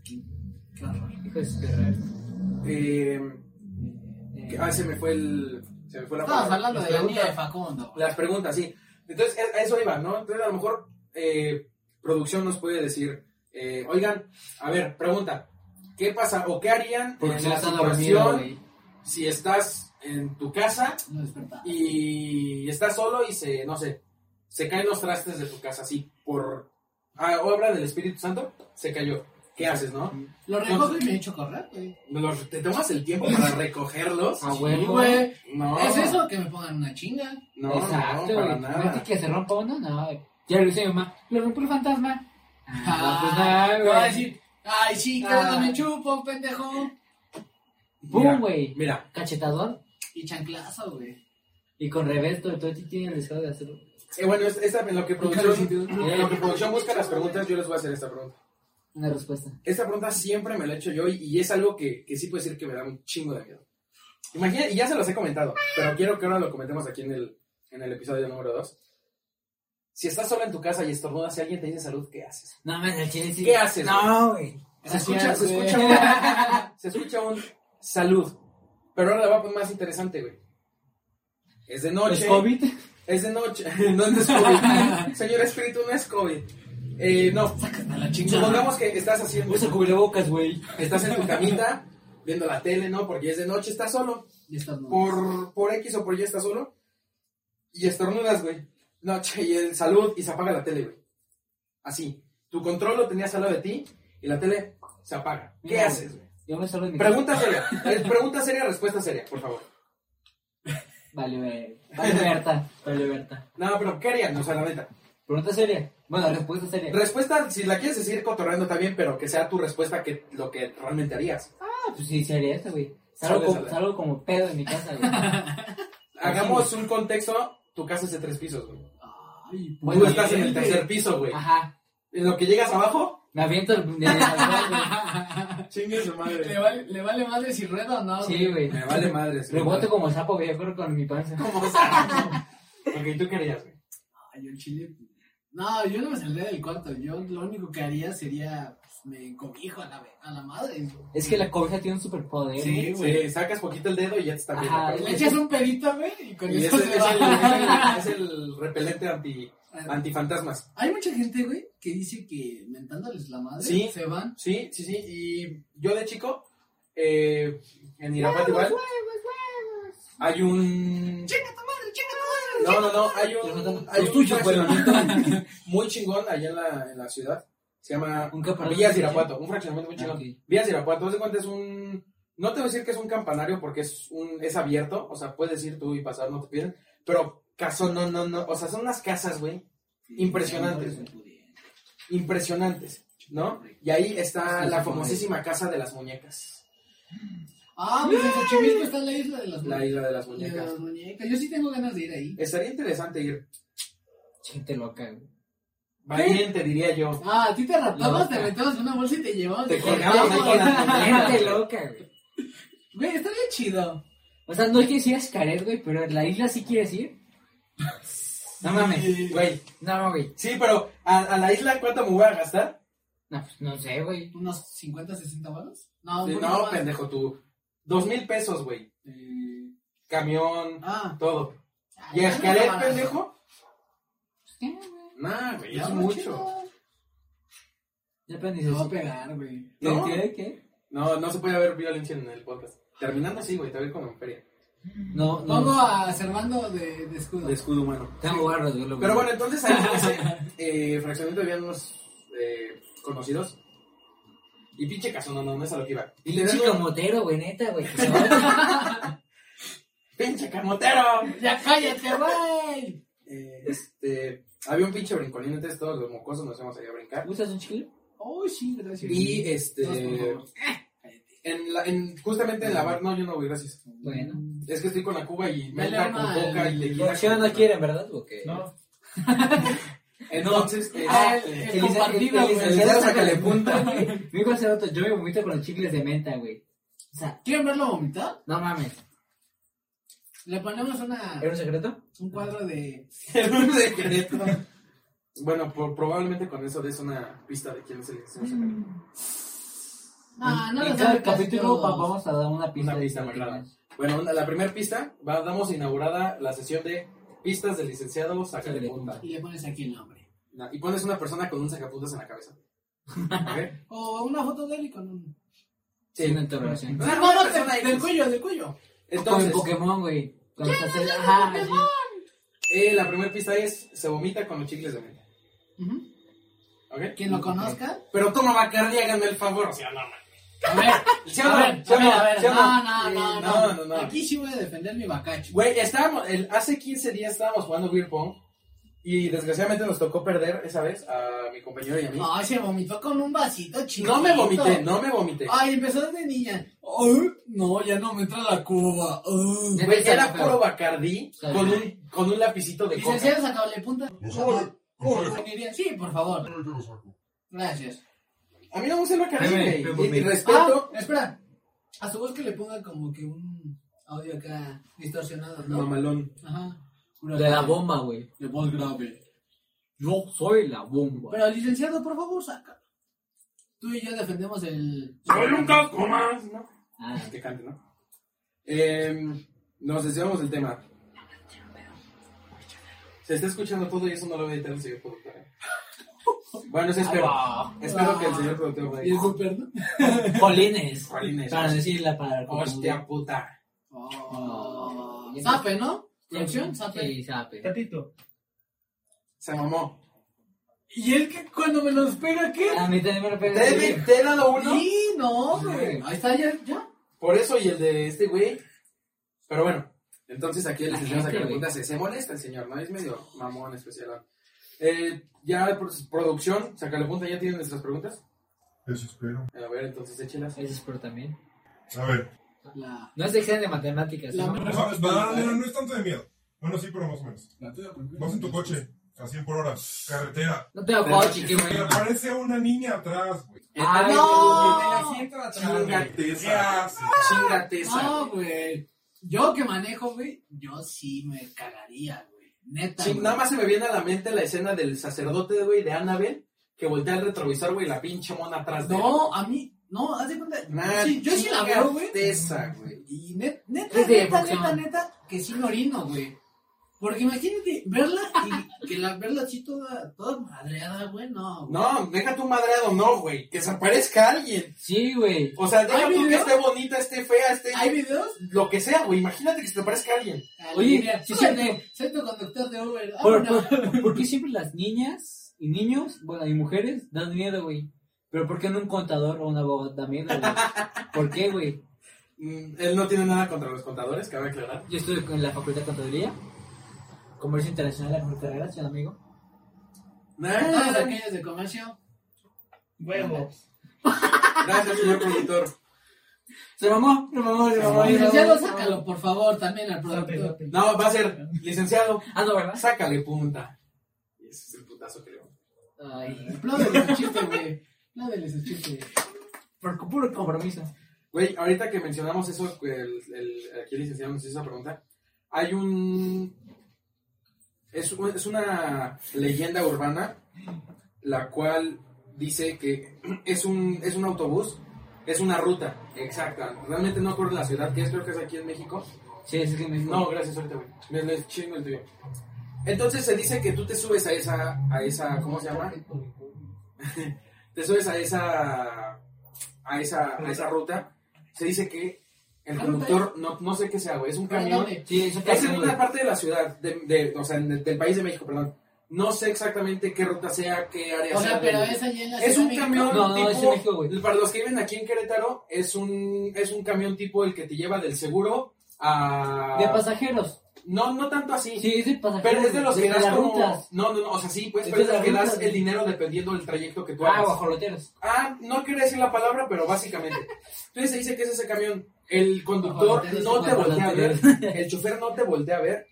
A: Qué horror.
B: Hijo de su perra. Eh,
C: eh, que- ah, se me fue el. Se me fue la
A: Estabas
C: palabra.
A: hablando
C: Las
A: de la niña de
C: preguntas-
A: Facundo.
C: Las preguntas, sí. Entonces, e, a a eso iba, ¿no? Entonces, a lo mejor eh, producción nos puede decir, eh, oigan, a ver, pregunta, ¿qué pasa o qué harían
B: Porque
C: en
B: se
C: la
B: están dormido,
C: situación
B: güey.
C: si estás en tu casa
A: No despertaba.
C: y estás solo y se, no sé, se caen los trastes de tu casa así por ah, obra del Espíritu Santo, se cayó. ¿Qué haces, no?
A: Lo
C: Pues,
A: recojo y me echo a correr, güey.
C: Los- ¿Te tomas el tiempo para recogerlos?
B: A
A: Sí,
B: huevo.
A: güey.
C: No.
A: ¿Es eso que me pongan una chinga?
C: No, pues,
B: Exacto,
C: no, para
B: güey. Imagínate
C: nada.
B: que se rompa una, no. güey. Ya lo dice mi mamá. Lo rompió el fantasma. Ah, pues
A: Ah,
B: nada,
A: me va a
B: güey.
A: decir, ay, sí,
B: Ah.
A: cada me chupo, pendejo.
C: Mira,
B: ¡Pum, güey!
C: Mira,
B: Cachetador.
A: Y chanclazo, güey.
B: Y con revés, todo todo tiene el riesgo de hacerlo.
C: Eh, bueno, es- esta, en lo que producción, en lo que producción busca las preguntas, yo les voy a hacer esta pregunta.
B: Una respuesta.
C: Esta pregunta siempre me la he hecho yo y, y es algo que, que sí puedo decir que me da un chingo de miedo. Imagina, y ya se los he comentado, pero quiero que ahora lo comentemos aquí en el, en el episodio número 2. Si estás sola en tu casa y estornudas y alguien te dice salud, ¿qué haces?
B: No, man, el chile sí.
C: ¿Qué haces,
B: No, güey.
C: Se escucha,
A: Gracias,
C: se
A: güey.
C: escucha, un, Ah, se escucha un salud, pero ahora la va a poner más interesante, güey. Es de noche.
B: ¿Es COVID?
C: Es de noche. no no es COVID. Señor espíritu, no es COVID. Eh, no. Supongamos que estás haciendo.
B: Usa cubrebocas, güey.
C: Estás en tu camita, viendo la tele, ¿no? Porque es de noche, estás solo.
A: Y estas no.
C: Por, por X o por Y estás solo. Y estornudas, güey. Noche, y el salud, y se apaga la tele, güey. Así. Tu control lo tenías al lado de ti, y la tele se apaga. ¿Qué
B: No,
C: haces, güey?
B: Yo me salgo de mi
C: Pregunta seria. Eh, Pregunta seria, respuesta seria, por favor.
B: Vale, güey. Vale, Berta. Vale, Berta.
C: No, pero ¿qué harían? O sea, la neta.
B: Pregunta seria. Bueno, respuesta seria.
C: Respuesta, si la quieres decir cotorreando está bien, pero que sea tu respuesta que lo que realmente harías.
B: Ah, pues sí, sería esto, güey. Salgo,
C: Sale,
B: como-
C: sale.
B: salgo como pedo en mi casa, güey.
C: Hagamos un contexto, tu casa es de tres pisos, güey.
A: Ay,
C: Tú
B: Bueno,
C: estás en el
B: bien,
C: tercer piso,
A: Ah.
C: güey.
B: Ajá.
C: En lo que llegas abajo,
B: Me aviento el. de- de- de-
C: chingue su
A: Le vale, le vale madre si rueda o no. güey.
B: Sí, güey.
C: Me vale madre. sí,
B: Reboto
C: me
B: como sapo, güey. Yo creo con mi panza.
C: vale. Como sapo. Ok, tú querías, güey.
A: Ay, yo en chile. No, yo no me saldré del cuarto. Yo lo único que haría sería, pues, me cobijo a la, ve- a la madre. güey.
B: Es que la cobija tiene un superpoder. güey.
A: Sí, güey.
C: Sí, sacas poquito el dedo y ya te está viendo.
B: Ajá,
C: cabrón.
A: Le echas un pedito, güey, y con
C: Y
A: eso
C: ese-
A: se
C: es,
A: va.
C: el, es el repelente anti,
A: Ah,
C: antifantasmas.
A: Hay mucha gente, güey, que dice que mentándoles la madre
C: Sí.
A: se van.
C: Sí, sí, sí. Y yo de chico, eh, en Irapuato igual, hay un
A: ¡Chinga tu madre, chinga tu madre!
C: No, no, no, hay un, hay
B: Los
C: un
B: tuyos, güey.
C: fraccionamiento muy chingón allá en la, en la ciudad. Se llama
B: Un caparazón.
C: Villas de Irapuato, un fraccionamiento muy
B: Ah,
C: chingón.
B: ok.
C: Villas de Irapuato, haz de cuenta, es un... No te voy a decir que es un campanario porque es un es abierto, o sea, puedes ir tú y pasar, no te piden. Pero caso, no, no, no, o sea, son unas casas, güey, Impresionantes, güey. impresionantes, ¿no? Y ahí está la famosísima Casa de las Muñecas,
A: Ah, pues en Xochimilco está la isla de las
C: la Isla de las
A: de
C: Muñecas.
A: las muñecas. Yo sí tengo ganas de ir ahí.
C: Estaría interesante ir,
B: Gente loca, güey.
C: valiente diría yo.
A: Ah, a ti te raptabas,
B: Loca.
A: te metabas en una bolsa y te llevabas.
C: Te
A: de
C: colgabas ahí
A: pendejo.
C: con las muñecas.
B: Gente loca, güey.
A: Güey, estaría chido.
B: O sea, no quisieras caer, güey, pero la isla sí quieres ir. No mames.
C: Güey,
B: No, güey.
C: sí, pero a, a la isla, ¿cuánto me voy a gastar?
B: No, pues no sé, güey.
A: ¿Unos 50, 60 baros? No,
C: Sí,
A: un poquito
C: no,
A: más.
C: pendejo, tú. Dos mil pesos, güey.
A: Eh,
C: Camión,
A: Ah,
C: todo.
A: ah,
C: ¿Y
A: ya
C: el
A: no
C: caret,
A: está barato.
C: pendejo?
B: ¿Qué, güey?
C: Nah, güey,
A: Ya,
C: es
A: no,
C: mucho.
A: chido.
B: Ya aprendiste.
A: Te va a pegar, güey.
B: ¿Qué,
C: ¿No?
B: qué, qué?
C: No, no se puede haber violencia en el podcast. Terminando, sí, güey, te voy a ir como en feria.
B: No, no.
A: Pongo a Servando de, de escudo.
C: De escudo humano.
B: Tengo barros, güey. lo-
C: Pero bueno, entonces ahí en ese eh, fraccionamiento había unos eh, conocidos. Y pinche caso, no, no, no es a lo que iba. Y le
B: Pinche
C: digo,
B: camotero, güey, neta, güey. que se va.
C: pinche camotero.
A: ¡Ya cállate, güey!
C: Eh, este, había un pinche brincolín, entonces todos los mocosos nos íbamos ahí a brincar.
B: ¿Usas un chicle?
A: Oh, sí, gracias.
C: Y
A: Dos, por
C: este.
A: favor.
C: En la- en- justamente en la bar, no, yo no voy, gracias.
B: Bueno.
C: Es que estoy con la cuba y
A: Dale
C: menta con
A: una-
C: coca y tequila.
B: Producción no quieren, ¿verdad? ¿O qué?
E: No.
C: Entonces, eh,
A: Ah,
C: eh,
A: el
B: que le-
A: compartido,
B: que le-
C: el
A: güey.
C: dedo sácale punta.
B: Me dijo hace rato, yo me vomito con los chicles de menta, güey. O sea,
A: ¿Quieren verlo vomitar?
B: no mames.
A: Le ponemos una,
B: ¿Era un secreto?
A: un cuadro de...
C: en un secreto.
A: Mm.
C: Mm. Bueno, por- probablemente con eso des una pista de quién es el que se nos saca.
B: En-
F: No, no
B: en
F: lo
B: cada
F: sabes casi
B: capítulo
F: todos.
B: va- vamos a dar una pista.
G: Una
B: de
G: pista
B: lo que
G: marcada.
B: es.
C: Bueno, una- la primera pista, va- damos inaugurada la sesión de pistas del licenciado Sacapuntas.
A: Y le pones aquí el nombre.
C: Na- Y pones una persona con un sacapuntas en la cabeza. ¿Ok?
A: O una foto de él y con un.
B: Sí, una interrogación.
C: Una-
A: No,
C: Ah, una
A: no, de-
C: persona
A: del
C: X.
A: cuello, del cuello.
B: Como en
C: Entonces,
B: Pokémon, güey. Cuando se hace- ajá, sí.
C: eh, la primera pista es, se vomita con los chicles de menta.
A: Ujú.
C: ¿Ok?
A: Quien lo conozca.
C: Pero ¿cómo va Cardi? Háganme el favor. O sea, no, man.
A: A ver,
C: ¿Sí o no?
A: a ver,
C: ¿Sí o
A: a ver,
C: no?
A: a ver.
C: ¿Sí o
A: No, no,
C: Eh,
A: no,
C: no, no, no.
A: Aquí sí voy a defender mi bacacho.
C: Güey, estábamos, el- hace 15 días estábamos jugando beer pong y desgraciadamente nos tocó perder esa vez a mi compañero y a mí.
A: Ay, se vomitó con un vasito Ah, chiquito. Ah,
C: No me vomité, no me vomité.
A: Ay, empezó desde niña. Ay, no, ya no me entra la cuba. Ay.
C: Güey,
B: Está
C: era
B: feo.
C: puro Bacardí
B: Está
C: con
B: bien.
C: un, con un lapicito de coca.
A: Licenciado, sacable punta. Ingeniería. Sí, por favor. Gracias.
C: A mí no me gusta el Bacardí,
E: Deme,
C: güey. Y-
E: deme,
C: y
E: deme.
C: Respeto.
A: Ah, espera. A su voz que le ponga como que un audio acá distorsionado, ¿no?
C: Mamalón.
A: Ajá.
B: De la bomba, güey.
A: De voz grave.
B: Yo soy la bomba.
A: Pero licenciado, por favor, saca. Tú y yo defendemos el.
C: comas, ¿no?
B: Ah,
C: Que cante, ¿no? Em, nos desviamos del tema. Se está escuchando todo y eso no lo voy a editar el señor productor. ¿eh? Bueno, eso espero.
B: Ah,
C: Espero que el señor productor vaya.
A: ¿Y el super, no?
B: Polines.
C: Jolines.
B: Para decirla para.
C: Hostia puta.
A: Oh. Sape, ¿no? Producción, Sape.
B: Ah. Sí, sape.
E: Tatito.
C: Se mamó.
A: ¿Y él que cuando me los pega qué?
B: A mí también me lo pega.
C: ¿Te, he- te he dado uno?
A: Sí, no, güey. Ahí está, ya, ya.
C: Por eso y el de este güey. Pero bueno, entonces aquí el licenciado
B: gente,
C: Sacapuntas se, se molesta el señor, ¿no? Es medio mamón especial. Eh, ya pro- producción, Sacalapunta ya tiene nuestras preguntas.
H: Eso espero.
C: A ver, entonces échelas.
B: Ese es por también.
H: A ver.
A: La,
B: No es de de matemáticas.
A: la
B: ¿no?
H: No, no, no, no es tanto de miedo. Bueno, sí, pero más o menos. Vas en tu coche, a 100 por hora, carretera.
B: No tengo coche, qué
H: Y
B: bueno. Ah,
H: aparece una niña atrás, güey.
B: Ay,
A: Ah, no.
C: Chingate,
H: ¿Qué haces?
C: chingate esa.
A: No, güey. Yo que manejo, güey, yo sí me cagaría, güey. Neta.
C: Sí,
A: güey.
C: nada más se me viene a la mente la escena del sacerdote, güey, de Annabelle, que voltea al retrovisor, güey, la pinche mona atrás de él.
A: No, a mí, no, haz de cuenta.
C: Nah,
A: sí, yo sí la
C: chingate
A: veo, güey.
C: esa, güey.
A: Y net- neta,
B: Es de
A: neta,
B: Fox,
A: neta,
B: ¿no?
A: neta, que sí me orino, güey. Porque imagínate verla y que la, verla así toda, toda madreada, güey, no. güey.
C: No, deja tu madreado, no, güey. Que se aparezca alguien.
B: Sí, güey.
C: O sea, deja
A: ¿Hay
C: tú que
A: video?
C: esté bonita, esté fea, esté.
A: ¿Hay videos?
C: Lo que sea, güey. Imagínate que se te aparezca alguien.
B: Oye,
A: Alegría.
B: sí,
A: Súbete,
B: cierto.
A: soy tu conductor de Uber. Ah,
B: ¿Por,
A: Vámonos.
B: por- por qué siempre las niñas y niños, bueno, y mujeres dan miedo, güey? Pero ¿por qué no un contador o una abogado da miedo, güey? ¿Por qué, güey?
C: Mm, él no tiene nada contra los contadores, cabe aclarar.
B: Yo estuve en la Facultad de Contaduría, Comercio Internacional, la mejor carrera, ¿sí, amigo?
A: Todas
C: Nah,
A: aquellas ah, de comercio.
E: Huevos.
C: gracias, señor productor.
B: Se mamó, se mamó, se mamó. se
A: Licenciado,
B: mamó.
A: sácalo, por favor, también al productor.
E: Sape,
C: No, va a ser, licenciado,
B: Ah, no, ¿verdad?
C: sácale punta. Y ese es el putazo, creo.
B: Ay,
A: Aplaudele su chiste, güey. Aplaudele su chiste.
B: por puro compromiso.
C: Güey, ahorita que mencionamos eso, que el, el- aquí el licenciado nos hizo esa pregunta, hay un... Es, un- es una leyenda urbana la cual dice que es un, es un autobús, es una ruta exacta. Realmente no acuerdo la ciudad que es, creo que es aquí en México.
B: Sí, es que me
C: No, gracias, ahorita, güey. Me me chingo el tuyo. Entonces se dice que tú te subes a esa, a esa, ¿cómo se llama? te subes a esa, a esa, a esa ruta. Se dice que el
A: Ah,
C: conductor, no, no sé qué sea, güey, es un camión.
A: ¿Dónde?
B: Sí, eso
C: Es en
B: también,
C: una
B: güey.
C: parte de la ciudad, de, de- o sea, en el- del país de México, perdón. No sé exactamente qué ruta sea, qué área
A: O sea,
C: sea.
A: pero
C: del-
A: es allí en la
C: es
A: Ciudad
C: un
A: de México.
C: camión
B: No, no,
C: tipo.
B: es en México, güey.
C: para los que viven aquí en Querétaro, es un, es un camión tipo el que te lleva del seguro a.
B: De pasajeros.
C: No, no tanto así.
B: Sí, es de pasajeros.
C: Pero es de los que
B: las
C: das como.
B: rutas.
C: No, no, no, o sea, sí, pues,
B: Es
C: pero
B: de
C: es de los
B: las
C: que das
B: rutas.
C: el dinero dependiendo del trayecto que tú
B: Ah,
C: hagas.
B: guajoloteros.
C: Ah, no quería decir la palabra, pero básicamente. Entonces se dice que es ese camión. El conductor
A: Guajoloteros,
C: no te voltea a ver,
B: guajoloteros.
C: el chofer no te voltea a ver,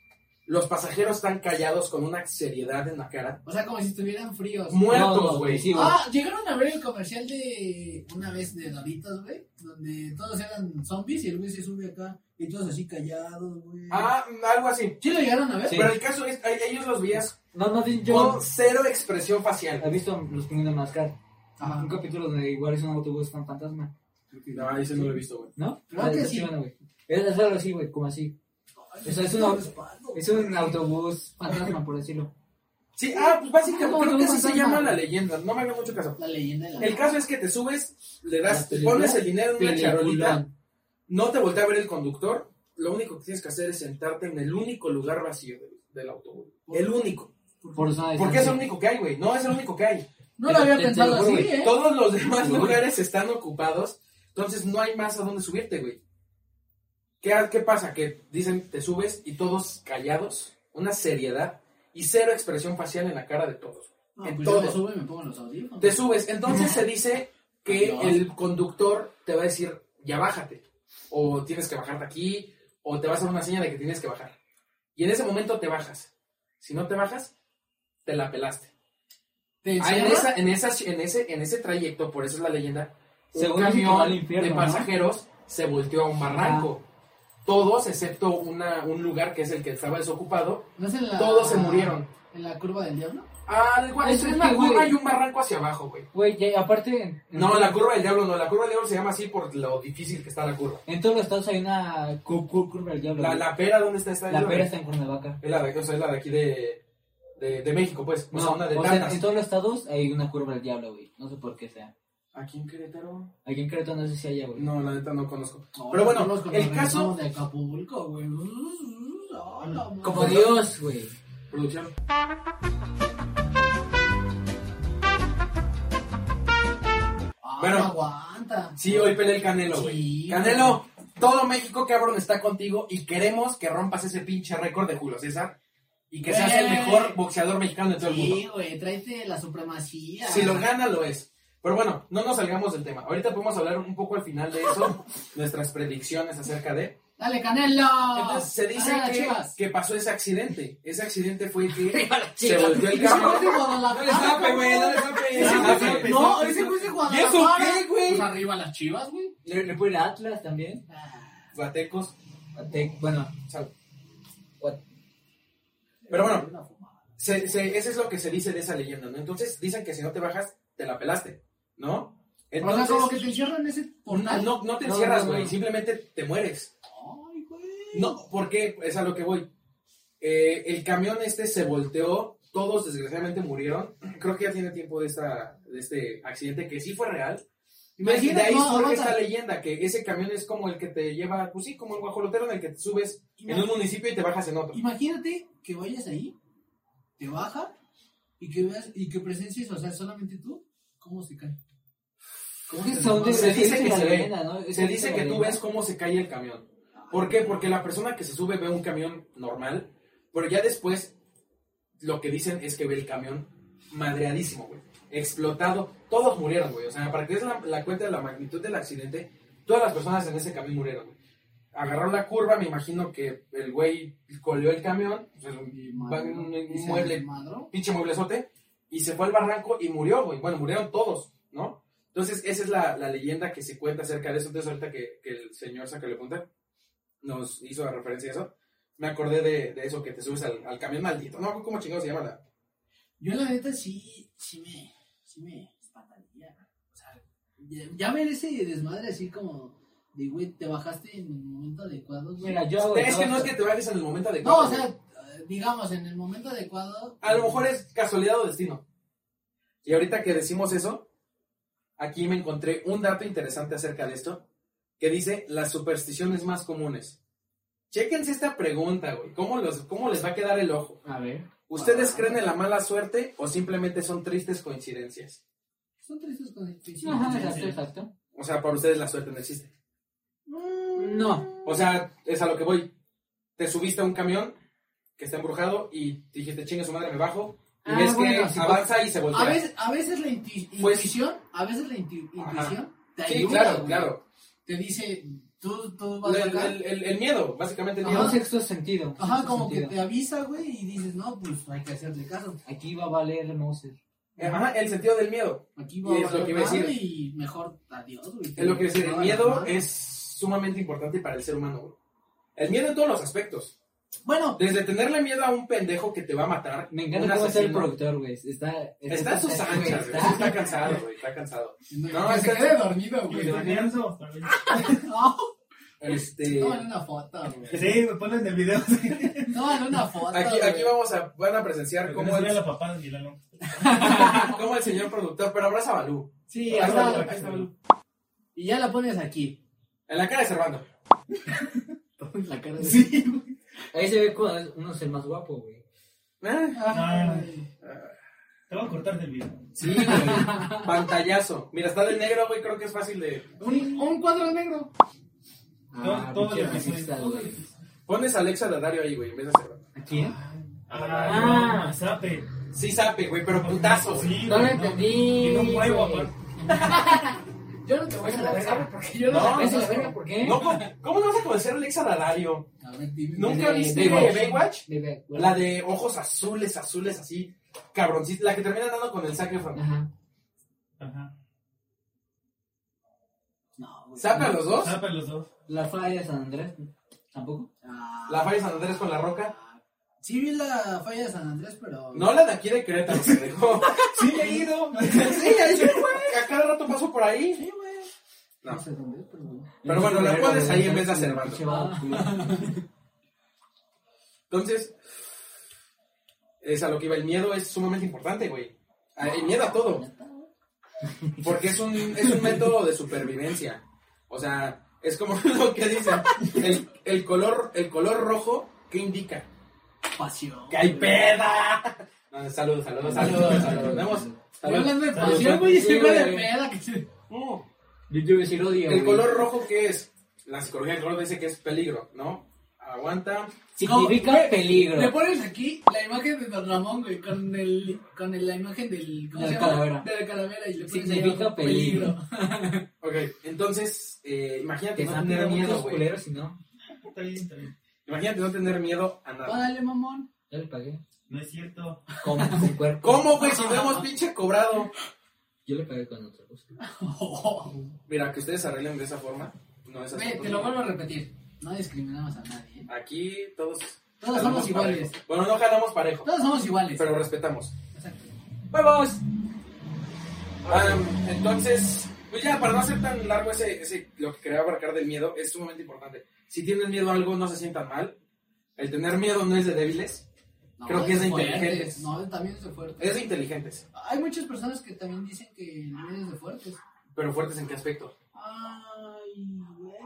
C: los pasajeros están callados con una seriedad en la cara.
A: O sea, como si estuvieran fríos.
B: No,
C: Muertos,
B: no,
C: güey.
B: sí, güey.
A: Ah, llegaron a ver el comercial de una vez de Doritos, güey, donde todos eran zombies y el güey se sube acá y todos así callados, güey.
C: Ah, algo así.
A: ¿Sí lo llegaron a ver?
B: Sí.
C: Pero el caso es, a- ellos los veías
B: No, no, sí, yo
C: con cero expresión facial.
B: he visto los pingüinos de mascar.
A: Ajá.
B: Un capítulo donde igual es un autobús con fantasma. creo que-
C: No, ese no lo he visto, güey.
B: ¿No?
A: Creo
B: La
A: que
B: de
A: sí.
B: Tachibana, güey. Es es algo así, güey, como así. O sea, es un auto. Es un autobús fantasma, por decirlo.
C: Sí, ah, pues básicamente
B: No,
C: creo
B: no,
C: que
B: no,
C: así se
B: no,
C: llama
B: no.
C: la leyenda. No me haga mucho caso.
A: La leyenda de la.
C: El caso es que te subes, le das,
B: La
C: te
B: película,
C: pones el dinero en una charolita,
B: Peliculón.
C: no te voltea a ver el conductor. Lo único que tienes que hacer es sentarte en el único lugar vacío del, del autobús. El único.
B: Por zona de
C: Porque es el
B: descanso.
C: único que hay, güey. No, es el único que hay.
A: No lo
B: Te-
A: había
B: te- te
A: pensado
B: lo juro,
A: así,
B: güey.
A: ¿eh?
C: Todos los demás
B: Ah, Uy.
C: lugares están ocupados, entonces no hay más a dónde subirte, güey. ¿Qué, ha- ¿Qué pasa? Que dicen, te subes y todos callados, una seriedad y cero expresión facial en la cara de todos.
A: No,
C: En
A: pues
C: todo.
A: yo me subo y me pongo los audífonos.
C: Te subes, entonces se dice que
A: No.
C: el conductor te va a decir, ya bájate, o tienes que bajarte aquí, o te va a hacer una señal de que tienes que bajar. Y en ese momento te bajas. Si no te bajas, te la pelaste.
A: Te
C: Ah, en,
A: encierra,
C: esa- en, esas- en ese, en ese trayecto, por eso es la leyenda, un
B: Según dicen que va
C: camión
B: al infierno,
C: de
B: ¿no?
C: pasajeros se volteó a un barranco. Todos, excepto una, un lugar que es el que estaba desocupado,
A: ¿No es en la-
C: todos se murieron.
A: ¿En la curva del diablo?
C: Algo,
B: Es
C: entre
B: que,
C: una
B: güey.
C: curva y un barranco hacia abajo, güey.
B: Güey, ya- aparte. en-
C: No, la curva del diablo no, la curva del diablo se llama así por lo difícil que está la curva.
B: En todos los estados hay una cu- cu- curva del diablo.
C: La,
B: güey.
C: la pera, ¿dónde está? Está en
B: La
C: la-
B: pera está en Cuernavaca.
C: Es la de, o sea, es la de aquí de, de, de México, pues. O sea,
B: No,
C: una de
B: o sea,
C: tantas.
B: en todos los estados hay una curva del diablo, güey. No sé por qué sea.
C: ¿Aquí en Querétaro?
B: Aquí en Querétaro no sé si haya, güey.
C: No, la neta no conozco.
A: No,
C: Pero bueno,
A: nosotros cuando
C: el caso-
A: regresamos de Acapulco, güey. Uh, uh, ah, la madre.
B: Como Dios, güey.
C: Producción.
A: Ah,
C: Bueno.
A: no aguanta.
C: Sí, hoy pelea el Canelo,
A: Sí,
C: güey.
A: güey.
C: Canelo, todo México, cabrón, está contigo y queremos que rompas ese pinche récord de Julio César y que seas el
A: Güey.
C: mejor boxeador mexicano de todo el
A: Sí,
C: mundo.
A: güey, tráete la supremacía.
C: Si lo gana, lo es. Pero bueno, no nos salgamos del tema. Ahorita podemos hablar un poco al final de eso, nuestras predicciones acerca de...
A: Dale, Canelo.
C: Entonces, se dice
A: Dale,
C: que,
A: Ah, Chivas.
C: que pasó ese accidente. Ese accidente fue que se
A: Chivas.
C: volteó el
A: Ese
C: carro.
A: fue de Guadalajara,
C: No le sape, güey, no le sape.
A: Ah,
C: Sí, sí,
A: No,
C: sí.
A: ese fue
C: ¿Y
A: de
C: eso
A: Guadalajara.
C: qué, güey?
A: Pues arriba las Chivas, güey.
B: Le, le puede ir a Atlas también.
A: Ah,
C: Guatecos,
B: Guate- bueno,
C: sal.
B: Guat-
C: Pero bueno,
A: una fumada.
C: se, se- ese es lo que se dice de esa leyenda, ¿no? Entonces dicen que si no te bajas, te la pelaste, ¿no?
A: O sea,
C: Entonces,
A: como que te encierran en ese portal.
C: no, no te
B: No,
C: encierras,
B: no,
C: güey,
B: no.
C: simplemente te mueres.
A: Ay, güey.
C: No, porque es a lo que voy. Eh, el camión este se volteó, todos desgraciadamente murieron. Creo que ya tiene tiempo de, esta, de este accidente que sí fue real. Y de
A: Imagínate,
C: ahí
A: no,
C: surge
A: aguanta.
C: esta leyenda, que ese camión es como el que te lleva, pues sí, como el guajolotero en el que te subes en un municipio y te bajas en otro.
A: Imagínate que vayas ahí, te baja y que veas y que presencies, o sea, solamente tú, cómo se cae. ¿Cómo
B: ¿Qué
A: se
B: son
A: desmorona?
B: de-
C: Se dice que
B: la
C: se ve.
B: leyenda, ¿no? Es
C: Se dice
B: la
C: que tú
B: leyenda.
C: ves cómo se cae el camión. ¿Por qué? Porque la persona que se sube ve un camión normal, pero ya después lo que dicen es que ve el camión madreadísimo, güey. Explotado. Todos murieron, güey. O sea, para que es la, la cuenta de la magnitud del accidente, todas las personas en ese camión murieron, güey. Agarraron la curva, me imagino que el güey coleó el camión, pues, o sea, es un
A: Y
C: Va
A: madre,
C: en un-
A: ¿no?
C: un
A: Y se
C: mueble.
A: desmadró.
C: pinche mueblezote, y se fue al barranco y murió, güey. Bueno, murieron todos, ¿no? Entonces, esa es la, la leyenda que se cuenta acerca de eso. Entonces, ahorita que, que el señor Sacalepunta nos hizo la referencia a eso, me acordé de, de eso que te subes al, al camión maldito. No, ¿cómo chingado se llama la,
A: Yo la neta sí, sí me, sí me espantaría. O sea, ya, ya ver ese desmadre así como de güey, te bajaste en el momento adecuado, güey.
B: Mira, yo. güey,
C: Es que no es
B: bajo.
C: que te vayas en el momento adecuado.
A: no, o sea,
C: güey.
A: eh, digamos, en el momento adecuado.
C: A lo mejor es casualidad o destino. Y ahorita que decimos eso, aquí me encontré un dato interesante acerca de esto, que dice las supersticiones más comunes. Chéquense esta pregunta, güey. ¿Cómo, los, ¿Cómo les va a quedar el ojo?
B: A ver.
C: ¿Ustedes
A: Ah.
C: creen en la mala suerte o simplemente son tristes coincidencias?
A: Son tristes con el
B: Ajá, exacto, exacto.
C: O sea, para ustedes la suerte no existe.
B: No.
C: O sea, es a lo que voy. Te subiste a un camión que está embrujado y dijiste, chinga su madre, me bajo. Y
B: Ah,
C: ves
B: bueno,
C: que
B: sí,
C: avanza y se voltea.
A: pues, A veces, a veces la intu-
C: Pues-
A: intuición, a veces la intu-
C: Ajá.
A: intuición te
C: Sí,
A: ayuda.
C: claro,
A: güey.
C: claro.
A: Te dice, tú, tú vas
C: El,
A: a acá.
C: el- el- el miedo, básicamente el
A: Ajá.
C: miedo.
B: Un sexto sentido.
A: Ajá,
B: sexto
A: como que
B: sentido.
A: te avisa, güey, y dices, no, pues hay que hacerle caso.
B: Aquí va a valer Moser.
C: Eh, Ajá, el sentido del miedo.
A: Aquí
C: Y
A: va
C: es lo que iba a
A: pasar
C: decir.
A: y mejor adiós, güey.
C: Es lo que decir, el
A: Ah,
C: miedo
A: ajá.
C: es sumamente importante para el ser humano. güey. El miedo en todos los aspectos.
A: Bueno,
C: Desde tenerle miedo a un pendejo que te va a matar.
B: Me
C: un
B: encanta cómo está el
C: asesino.
B: productor, güey. Está,
C: Está a sus anchas, güey.
B: está-
C: Está cansado, güey. Está cansado.
A: no,
C: es
A: se
C: que-
A: quede dormido, güey.
E: Lo pienso, también.
C: Este.
A: Tómale una foto, güey.
E: Sí, me ponen el video.
A: Tómale una foto.
C: Aquí,
A: güey.
C: aquí vamos a, van a presenciar
E: Como
C: cómo
E: no se vea
C: el,
E: la papá de Milano.
C: cómo el señor productor, pero abraza a Balú.
E: Ah,
A: Sí,
C: Ahí está,
A: ahora-
C: ahí está.
A: Y ya la pones aquí.
C: En la cara de Servando.
B: La cara de-
A: Sí,
B: Ahí se ve cuando uno es el más guapo, güey.
C: Ah,
A: Ay.
E: ah. Te voy a cortar del video.
C: Sí, güey. Pantallazo. Mira, está de negro, güey. Creo que es fácil de.
A: Un, un cuadro negro.
B: Ah,
E: todo
B: pinche
E: lo que soy.
B: racista, güey.
C: Pones a Alexa de Dario ahí, güey. En vez de Servando.
B: ¿A quién?
E: Ah, sape.
C: Sí, sape, güey, pero putazo. güey.
E: Sí,
B: No lo
E: güey,
B: entendí.
E: Tiene un huevo,
B: güey.
E: aparte.
A: Yo no te voy a la verga porque yo no,
C: No,
A: sé
B: Eso
A: eso.
B: es verga, ¿por qué?
C: No, ¿cómo, cómo no vas a conocer a Alexa Dadario?
A: A ver, dime.
C: ¿Nunca
B: De-
C: viste
B: de Eh, Baywatch.
C: Baywatch?
B: Bebé, güey.
C: La de ojos azules, azules, así. Cabroncita. La que termina andando con el Zac Efron.
B: Ajá.
E: Ajá.
A: No, güey.
C: ¿Sape a los dos?
E: Sape los dos.
B: La falla de San Andrés. ¿Tampoco?
A: Ah,
C: La falla San Andrés con la roca.
A: Sí vi la falla de San Andrés, pero...
C: No la de aquí de Querétaro, se dejó.
E: Sí, he ido.
C: Sí, ahí se fue. A cada rato paso por ahí.
A: Sí, güey.
C: No.
A: No. sé dónde, pero bueno.
C: Pero bueno, la pones ahí en vez de hacer
B: Pinche
C: bando.
B: vato, güey.
C: Entonces, es a lo que iba. El miedo es sumamente importante, güey. Ah, El miedo a todo. Porque es un, es un método de supervivencia. O sea, es como lo que dicen. El, el color, el color rojo, ¿qué indica?
A: Pasión.
C: ¡Que hay peda! No, Saludos, saludos, saludos, saludos. Vemos.
A: Yo
C: Saludos.
A: hablando de pasión, güey, y
B: Sí,
A: se va de
B: güey.
A: peda que se...
C: Mm.
B: Yo te iba a decir odio.
C: El
B: güey.
C: color rojo, ¿qué es? La psicología del color dice que es peligro, ¿no? Aguanta.
B: significa
A: Como-
B: peligro.
A: Le pones aquí la imagen de Don Ramón, güey, con, el, con el- la imagen del... ¿Cómo
B: De
A: se
B: la
A: llama?
B: calavera.
A: De la calavera. Y le pones
B: Significa
A: ahí abajo,
B: peligro.
C: Ok, entonces, eh, imagínate
B: Te
C: no
B: dan
C: tener miedo,
B: miedo,
C: güey.
B: culeros, si no.
E: Está bien, está bien.
C: Imagínate no tener miedo a nada.
A: Órale, mamón.
B: Ya le pagué.
E: No es cierto.
B: Con su cuerpo.
C: ¿Cómo, güey? Si no hemos pinche cobrado.
B: Yo le pagué con otra cosa.
C: Mira, que ustedes arreglen de esa forma. No es así. pues,
A: Güey, te lo vuelvo a repetir. No discriminamos a nadie. ¿eh?
C: Aquí todos.
A: Todos
C: jalamos
A: somos iguales.
C: parejo. Bueno, no jalamos parejo,
A: Todos somos iguales.
C: pero respetamos.
A: Exacto.
C: ¡Vamos! entonces, pues ya, para no hacer tan largo ese, ese, lo que quería abarcar del miedo, es sumamente importante. Si tienen miedo a algo, no se sientan mal. El tener miedo no es de débiles,
A: No,
C: Creo que es de
A: fuertes.
C: inteligentes.
A: No, también es de fuertes.
C: es de inteligentes.
A: Hay muchas personas que también dicen que el miedo es de fuertes.
C: Pero fuertes en qué aspecto.
A: Ay, güey.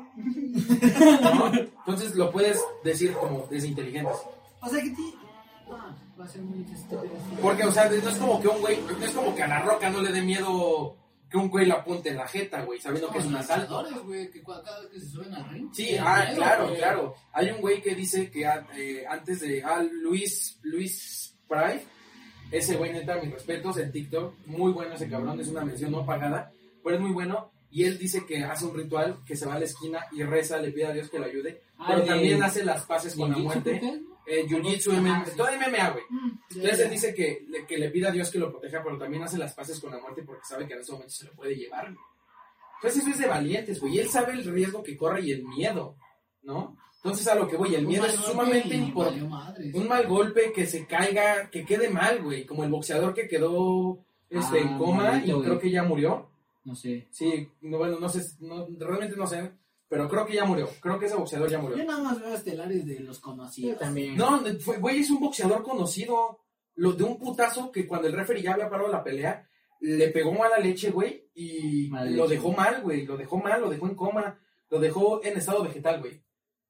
C: ¿no? Entonces lo puedes decir como desinteligentes.
A: O sea que ti. Ah, va a ser muy estúpido.
C: Porque, o sea, no es como que un güey, no es como que a la roca no le dé miedo que un güey la apunte en la jeta, güey, sabiendo que es un asalto.
A: Luchadores, güey, que cua- cada vez que se suben al ring.
C: Sí,
A: tienen
C: ah,
A: miedo,
C: claro,
A: güey.
C: claro. Hay un güey que dice que ah, eh, antes de ah, Luis, Luis Pride, ese güey neta, mis respetos, en TikTok, muy bueno ese cabrón, es una mención no pagada, pero es muy bueno. Y él dice que hace un ritual, que se va a la esquina y reza, le pide a Dios que lo ayude, pero
B: Ah,
C: también
B: de-
C: hace las paces con la
B: ¿Ninjitsu,
C: muerte.
B: creo que es, no?
C: Eh, Jiu-Jitsu,
B: Ah,
C: MMA,
B: sí.
C: todo MMA, güey.
A: Mm, ya,
C: Entonces
A: ya.
C: él dice que le, que le pida a Dios que lo proteja, pero también hace las paces con la muerte porque sabe que en ese momento se lo puede llevar. güey. Entonces eso es de valientes, güey. y Él sabe el riesgo que corre y el miedo, ¿no? Entonces a lo que voy, el
A: Un
C: miedo
A: mal
C: es
A: golpe
C: sumamente
A: y valió
C: importante.
A: madres.
C: Un mal golpe que se caiga, que quede mal, güey. Como el boxeador que quedó este,
B: Ah,
C: en coma y
B: maldito, güey.
C: creo que ya murió.
B: No sé.
C: Sí, no, bueno, no sé, no, realmente no sé, pero creo que ya murió. Creo que ese boxeador ya murió.
A: Yo nada más veo estelares de los conocidos.
B: también.
C: No, de- fue- güey, es un boxeador conocido. Lo de un putazo que cuando el referee ya había parado la pelea, le pegó mala leche, güey, y
B: Mala
C: lo
B: leche.
C: dejó mal, güey. Lo dejó mal, lo dejó en coma, lo dejó en estado vegetal, güey.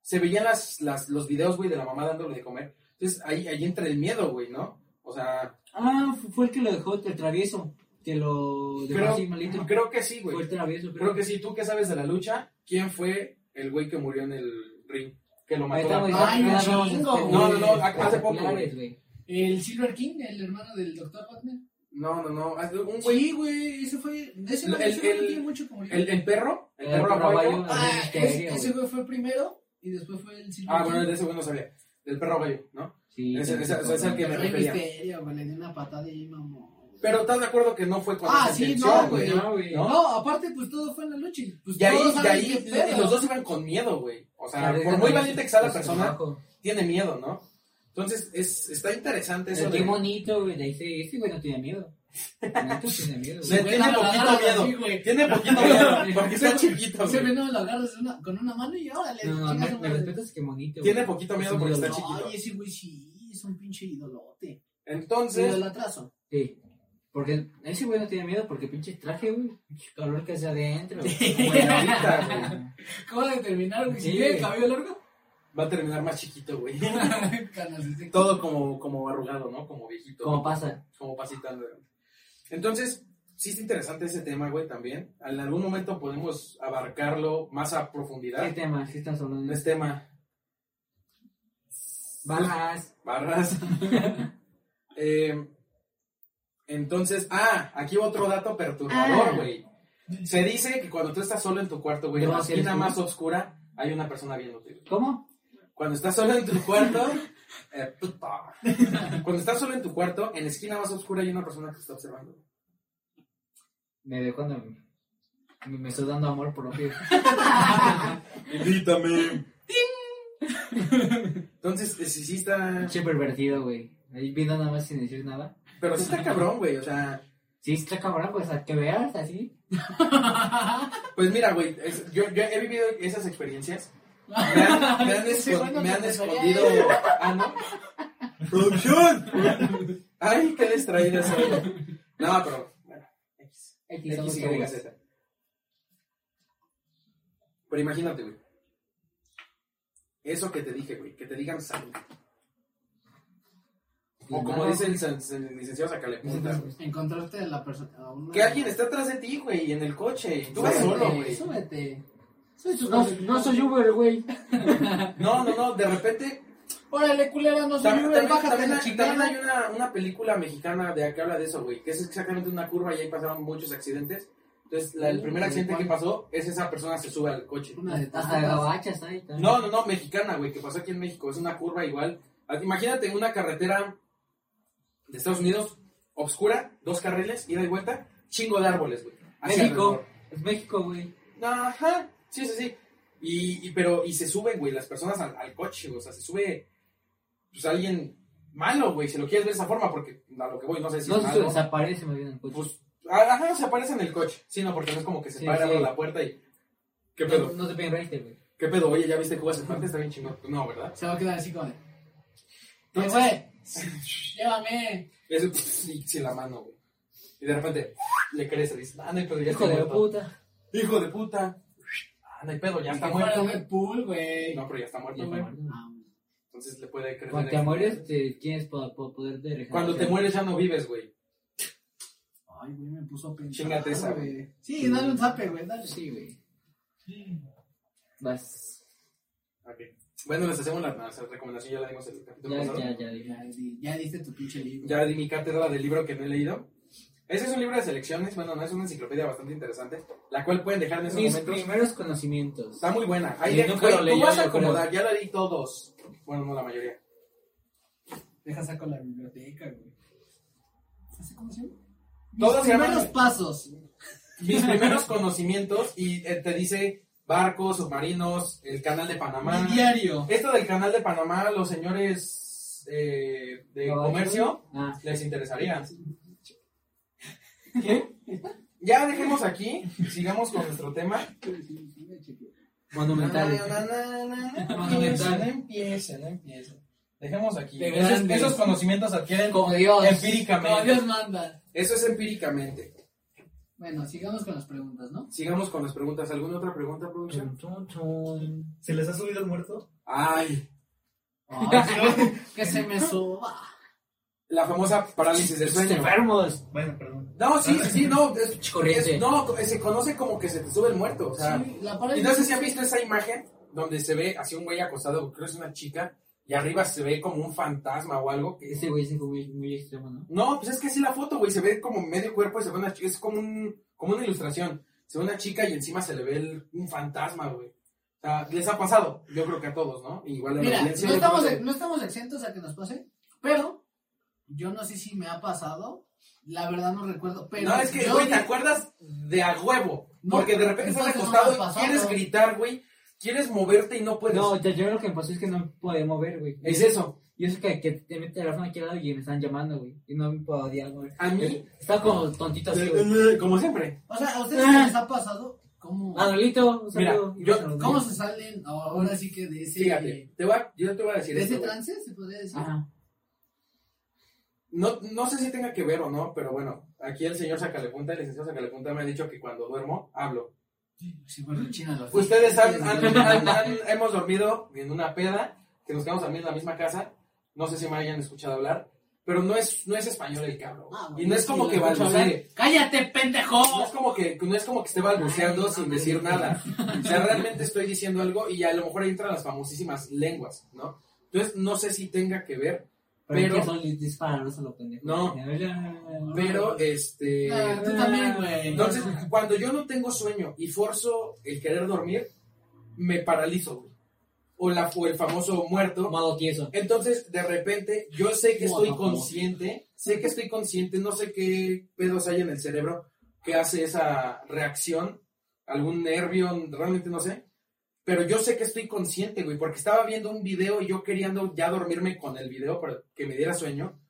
C: Se veían las, las, los videos, güey, de la mamá dándole de comer. Entonces ahí, ahí entra el miedo, güey, ¿no? O sea,
B: Ah, fu- fue el que lo dejó el travieso. Que lo dejó
C: creo,
B: así malito.
C: creo que sí,
B: Fue
C: güey.
B: el travieso, creo.
C: Creo que sí. ¿Tú qué sabes de la lucha? ¿Quién fue el güey que murió en el ring? Que lo
B: Ahí
C: mató.
B: estamos,
C: Ah,
A: Ay, un
B: ya vamos a
A: chingo,
B: hacer-
C: güey. No, no, no, hace poco, güey.
B: este, güey.
A: El Silver King, el hermano del Dr. Batman.
C: No, no, no. Un güey,
A: Sí, güey, ese fue. De ese
C: El-
A: güey, ese
C: el-
A: güey tiene mucho como
C: el, el perro, el,
B: El
C: perro
B: perro
C: aguayo.
B: aguayo.
A: Ah,
B: Ah,
A: ese-
B: güey.
A: ese güey fue primero y después fue el Silver
C: Ah, bueno, de
A: King.
C: ese güey no sabía. Del perro gallo, ¿no?
B: Sí.
C: Ese- ese- ese es el que-
A: El
C: me
A: Rey
C: refería.
A: Misterio, güey, le dio una patada y mamó.
C: Pero estás de acuerdo que no fue con
A: Ah,
C: esa
A: sí,
C: intención,
A: no, güey.
B: No, güey.
A: No, aparte, pues todo fue en la lucha. y, Pues,
C: Y ahí,
A: todos
C: y
A: saben
C: ahí,
A: qué pedo. pues,
C: y los dos iban con miedo, güey. O sea,
B: Claro,
C: por
B: es
C: muy
B: que-
C: valiente que sea la
B: es
C: persona,
B: Este, trabajo.
C: tiene miedo, ¿no? Entonces, es, está interesante eso
B: Pero
C: de...
B: qué Este, bonito, güey. Le dice, este güey no tiene miedo. No tiene miedo,
C: Sí,
B: güey.
A: güey,
C: tiene
A: la
C: poquito
A: agarras
C: miedo.
A: así, güey.
C: Tiene poquito miedo, porque está chiquito,
A: Ese
C: güey.
A: veneno lo agarras de una- con una mano y órale.
B: No, no,
A: chinga
B: me,
A: su
B: me
A: madre.
B: respetas que bonito.
C: Tiene
B: güey.
C: poquito miedo
B: Es un
C: porque está
B: ídolo.
C: chiquito.
A: Ay, ese güey sí es un pinche idolote.
C: Entonces,
A: Idolatrazo.
B: Sí. Porque ese güey no tiene miedo porque pinche traje, güey. Pinche calor que hace adentro. güey.
C: bueno, ahorita, güey,
A: Acaba de terminar, güey. Si
B: Sí,
A: tiene el
B: güey.
A: cabello largo,
C: va a terminar más chiquito, güey.
A: canas, este.
C: Todo como, como arrugado, ¿no? Como viejito.
B: Como pasa.
C: como pasitando. Entonces, sí está interesante ese tema, güey, también. En algún momento podemos abarcarlo más a
B: ¿Qué
C: profundidad.
B: tema? ¿Qué estás hablando?
C: No es tema
B: Bajas.
C: barras. Eh, entonces, ah, aquí otro dato
B: Ah.
C: perturbador, güey. Se dice que cuando tú estás solo en tu cuarto, güey, en
B: No,
C: la
B: sí,
C: esquina
B: sí.
C: más oscura, hay una persona viéndote.
B: ¿Cómo?
C: Cuando estás solo en tu cuarto, eh, puta. cuando estás solo en tu cuarto, en la esquina más oscura hay una persona que te está observando.
B: Me ve cuando me, me estoy dando amor propio.
H: Invítame.
C: Entonces, eh, sí, sí está.
B: Pinche pervertido, güey. Ahí viendo nada más sin decir nada.
C: Pero sí está cabrón, güey. O sea,
B: Sí, está cabrón, pues a que veas así.
C: pues mira, güey, es- yo, yo he vivido esas experiencias. Me han, me han
A: Ese güey no
C: escon- me
A: te
C: han
A: pensaría.
C: escondido. Ah, no. ¡Producción! Ay, qué distraída soy. No, pero. Bueno, X.
B: X,
C: X,
B: somos
C: Y,
B: chavos.
C: Z. Pero imagínate, güey. Eso que te dije, güey. Que te digan salud. O como dice el, san- san- el licenciado Sacalepunta, güey.
A: Encontrarte a la persona. a una-
C: Que alguien está atrás de ti, güey, en el coche. Y tú vas
A: Súbete,
C: solo, güey.
A: Súbete. Soy su
B: No, no soy Uber, güey.
C: No, no, no, de repente.
A: Órale, culera, no soy
C: También,
A: Uber,
C: también-
A: bájate
C: también
A: la
C: hay- también hay
A: chingada.
C: una, una película mexicana de que habla de eso, güey, que es exactamente una curva y ahí pasaron muchos accidentes. Entonces, la- el primer accidente que pasó es esa persona se sube al coche.
A: Una de
B: Hasta
A: tantas.
B: gabachas ahí. también.
C: No, no, no, mexicana, güey, que pasó aquí en México. Es una curva igual. Ah, Imagínate una carretera de Estados Unidos, obscura, dos carriles, ida y vuelta, chingo de árboles, güey. Hacia
B: México.
C: alrededor.
B: Es México, güey.
C: Ajá, sí, sí, sí. Y, y- pero, y se suben, güey, las personas al, al coche, güey, o sea, se sube, pues, alguien malo, güey, si lo quieres ver de esa forma, porque a lo que voy, no sé si
B: No
C: es
B: se
C: malo.
B: desaparece, me viene el coche.
C: Pues, a- ajá, se aparece en el coche, sí, no, porque no es como que se
B: Sí,
C: para,
B: sí.
C: abre la puerta y, ¿qué
B: no,
C: pedo?
B: no te pegaste, güey.
C: ¿Qué pedo? Oye, ¿ya viste que hubo ese parte? Está bien chingón. Pues, No, ¿verdad?
A: Se va a quedar así como de. "Eh,
C: Entonces-
A: güey, Llévame.
C: Es y sin la mano, güey. Y de repente, le crece, dice, ah, no hay pedo, ya
B: Hijo
C: está
B: de
C: muerto.
B: puta.
C: Hijo de puta. Ah, no hay pedo, ya está
A: Que fuera
C: muerto, güey.
A: Deadpool, güey.
C: No, pero ya está muerto, güey.
B: Cuando
A: Ah,
C: Entonces le puede crecer.
B: te
C: extra.
B: mueres, te tienes para poder de
C: Cuando te mueres ya no vives, güey.
A: Ay, güey, me puso a pensar.
C: Chíngate esa,
A: Sí, dale un zape, güey, dale.
B: Sí, güey. Vas.
C: Bueno, les hacemos la, la recomendación, ya la dimos en el capítulo
B: Ya,
C: pasado.
B: ya, ya, dije.
A: Ya, di- ya diste tu pinche libro.
C: Ya di mi cátedra del libro que no he leído. Ese es un libro de selecciones, bueno, no, es una enciclopedia bastante interesante, la cual pueden dejar en esos
B: Mis
C: momentos.
B: primeros conocimientos.
C: Está muy buena.
B: Y
C: Ahí de-
B: nunca
C: güey,
B: lo
C: tú
B: leí,
C: vas
B: yo
C: a acomodar, ya la di todos. Bueno, no la mayoría.
A: Deja saco la biblioteca, güey. ¿Así cómo se llama?
C: Todos
A: Mis
C: se llaman-
A: primeros pasos.
C: Mis primeros conocimientos y eh, te dice barcos, submarinos, el canal de Panamá.
A: Mi diario.
C: Esto del canal de Panamá, los señores eh, de
B: ¿Abajo?
C: comercio
B: Ah,
C: les interesaría. Ya dejemos aquí, sigamos con nuestro tema.
B: monumental.
C: Na, na, na, na, na,
B: Monumental.
C: No empieza, no empieza. Dejemos aquí.
A: De
C: Esos,
A: grandes.
C: esos conocimientos se adquieren
B: Como Dios.
A: Como
C: empíricamente.
A: Dios manda.
C: Eso es empíricamente.
A: Bueno, sigamos con las preguntas, ¿no?
C: Sigamos con las preguntas. ¿Alguna otra pregunta, producción?
B: Tum, tum, tum.
E: ¿Se les ha subido el muerto?
C: Ay,
B: Ah,
A: que se me suba.
C: la famosa parálisis del sueño.
A: Este
B: Enfermos.
E: Bueno, perdón.
C: No,
A: Ah.
C: sí, sí, sí, no. es-
B: Corriente.
C: es- no, se conoce como que se te sube el muerto. O sea,
A: Sí, la
C: Y
A: parálisis.
C: no sé si han visto esa imagen donde se ve así un güey acostado, creo que es una chica, y arriba se ve como un fantasma o algo. que-
B: Ese güey se fue muy, muy extremo, ¿no?
C: No, pues es que así la foto, güey, se ve como medio cuerpo y se ve una chica, es como, un, como una ilustración. Se ve una chica y encima se le ve el- un fantasma, güey. O sea, les ha pasado, yo creo que a todos, ¿no? Igual en la
A: Mira, no
C: violencia, yo
A: estamos,
C: creo que-
A: no estamos exentos a que nos pase, pero yo no sé si me ha pasado La verdad no recuerdo, pero.
C: no, es que,
A: yo
C: güey, te
A: vi-
C: acuerdas de a huevo.
A: No,
C: porque de repente estás
A: entonces no
C: acostado
A: me
C: y
A: pasó,
C: quieres
A: ¿no?
C: gritar, güey. Quieres moverte y no puedes.
B: No, ya- yo lo que me pasó es que no podía mover, güey.
C: es eso.
B: Y eso que, que tenía el teléfono aquí al lado y me están llamando, güey. Y no me podía mover. Eh,
C: A mí,
B: Estaba como tontito así, güey.
C: Eh, como siempre.
A: O sea, ¿a ustedes se les ha pasado? ¿Cómo,
C: Ah,
B: Manolito, un
C: Mira,
B: saludo.
C: yo-
A: ¿cómo se salen ahora sí que de ese,
C: Fíjate, te voy a- yo te voy a decir
A: de ese
C: esto. güey.
A: trance? ¿Se podría decir?
B: Ajá.
C: No, no sé si tenga que ver o no, pero bueno, aquí el señor Sacalepunta, el licenciado Sacalepunta me ha dicho que cuando duermo, hablo.
A: Sí, bueno, China lo hace.
C: Ustedes han- han- han- han- hemos dormido en una peda, que nos quedamos también en la misma casa. No sé si me hayan escuchado hablar, pero no es, no es español el cabrón.
A: Ah, bueno,
C: y no es
A: sí,
C: como
A: lo
C: que
A: escucho
C: balbucee.
A: hablar. ¡Cállate, pendejo!
C: No es como que, no es como que esté balbuceando
A: Ay,
C: sin
A: Ah, no,
C: decir
A: no,
C: nada. O sea, realmente estoy diciendo algo y a lo mejor ahí entran las famosísimas lenguas, ¿no? Entonces, no sé si tenga que ver,
B: Pero,
C: Pero-
B: que son disparados a lo pendejo.
C: No. pero este.
A: Ah, tú también, güey.
C: Entonces, cuando yo no tengo sueño y forzo el querer dormir, me paralizo, güey. O, la, o el famoso muerto.
B: Modo tieso.
C: Entonces, de repente, yo sé que
B: Modo
C: estoy
B: famoso.
C: consciente, sé que estoy consciente, no sé qué pedos hay en el cerebro que hace esa reacción, algún nervio, realmente no sé. Pero yo sé que estoy consciente, güey, porque estaba viendo un video y yo queriendo ya dormirme con el video para que me diera sueño.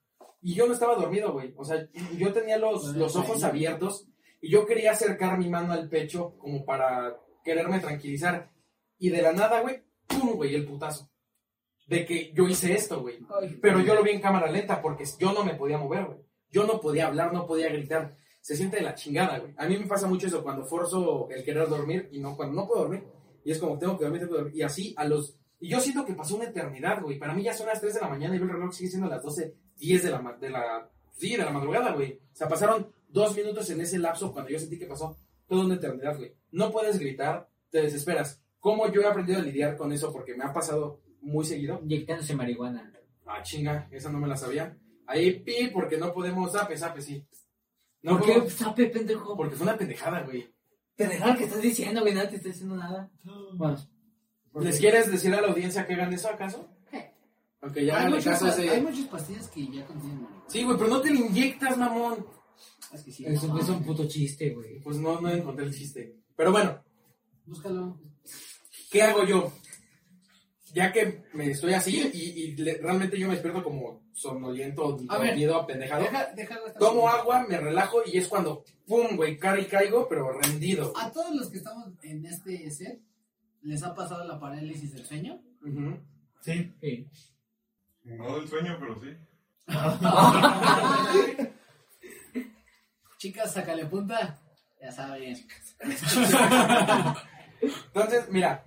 C: Y yo no estaba dormido, güey. O sea, yo tenía los, los ojos abiertos y yo quería acercar mi mano al pecho como para quererme tranquilizar. Y de la nada, güey, ¡pum, güey! El putazo. De que yo hice esto, güey. Pero yo lo vi en cámara lenta porque yo no me podía mover, güey. Yo no podía hablar, no podía gritar. Se siente de la chingada, güey. A mí me pasa mucho eso cuando forzo el querer dormir y no cuando no puedo dormir. Y es como, tengo que dormir, tengo que dormir. Y así a los... Y yo siento que pasó una eternidad, güey. Para mí ya son las 3 de la mañana y veo el reloj sigue siendo las 12, 10 de la, ma- de la... Sí, de la madrugada, güey. O sea, pasaron dos minutos en ese lapso cuando yo sentí que pasó toda una eternidad, güey. No puedes gritar, te desesperas. ¿Cómo yo he aprendido a lidiar con eso? Porque me ha pasado muy seguido.
B: Inyectándose marihuana.
C: Ah, chinga, esa no me la sabía. Ahí pi, porque no podemos, sape, sape, sí. No
B: ¿Por qué
C: podemos-
B: sape, pendejo?
C: Porque fue una pendejada, güey.
B: Pendejo, ¿qué estás diciendo, güey? Nada te estoy diciendo nada. Bueno,
C: ¿Les quieres decir a la audiencia que hagan eso acaso?
A: Eh.
C: Aunque ya
A: hay,
C: hagan el
A: muchas,
C: caso ese-
A: hay muchas pastillas que ya contienen.
C: Sí, güey, pero no te lo inyectas, mamón.
A: Es que sí.
B: es,
A: no,
B: es un
A: mames.
B: puto chiste, güey.
C: Pues no, no encontré el chiste. Pero bueno,
A: Búscalo.
C: ¿qué hago yo? Ya que me estoy así y, y le- realmente yo me despierto como somnoliento,
A: A ver.
C: dormido, pendejado.
A: Deja, déjalo hasta-
C: Tomo agua, me relajo y es cuando, pum, güey, cae y caigo, pero rendido.
A: A todos los que estamos en este set, ¿les ha pasado la parálisis del sueño?
C: Ujú.
E: Sí.
B: Sí.
H: No del sueño, pero sí.
A: Chicas, sácale punta. Ya saben.
C: Entonces, mira,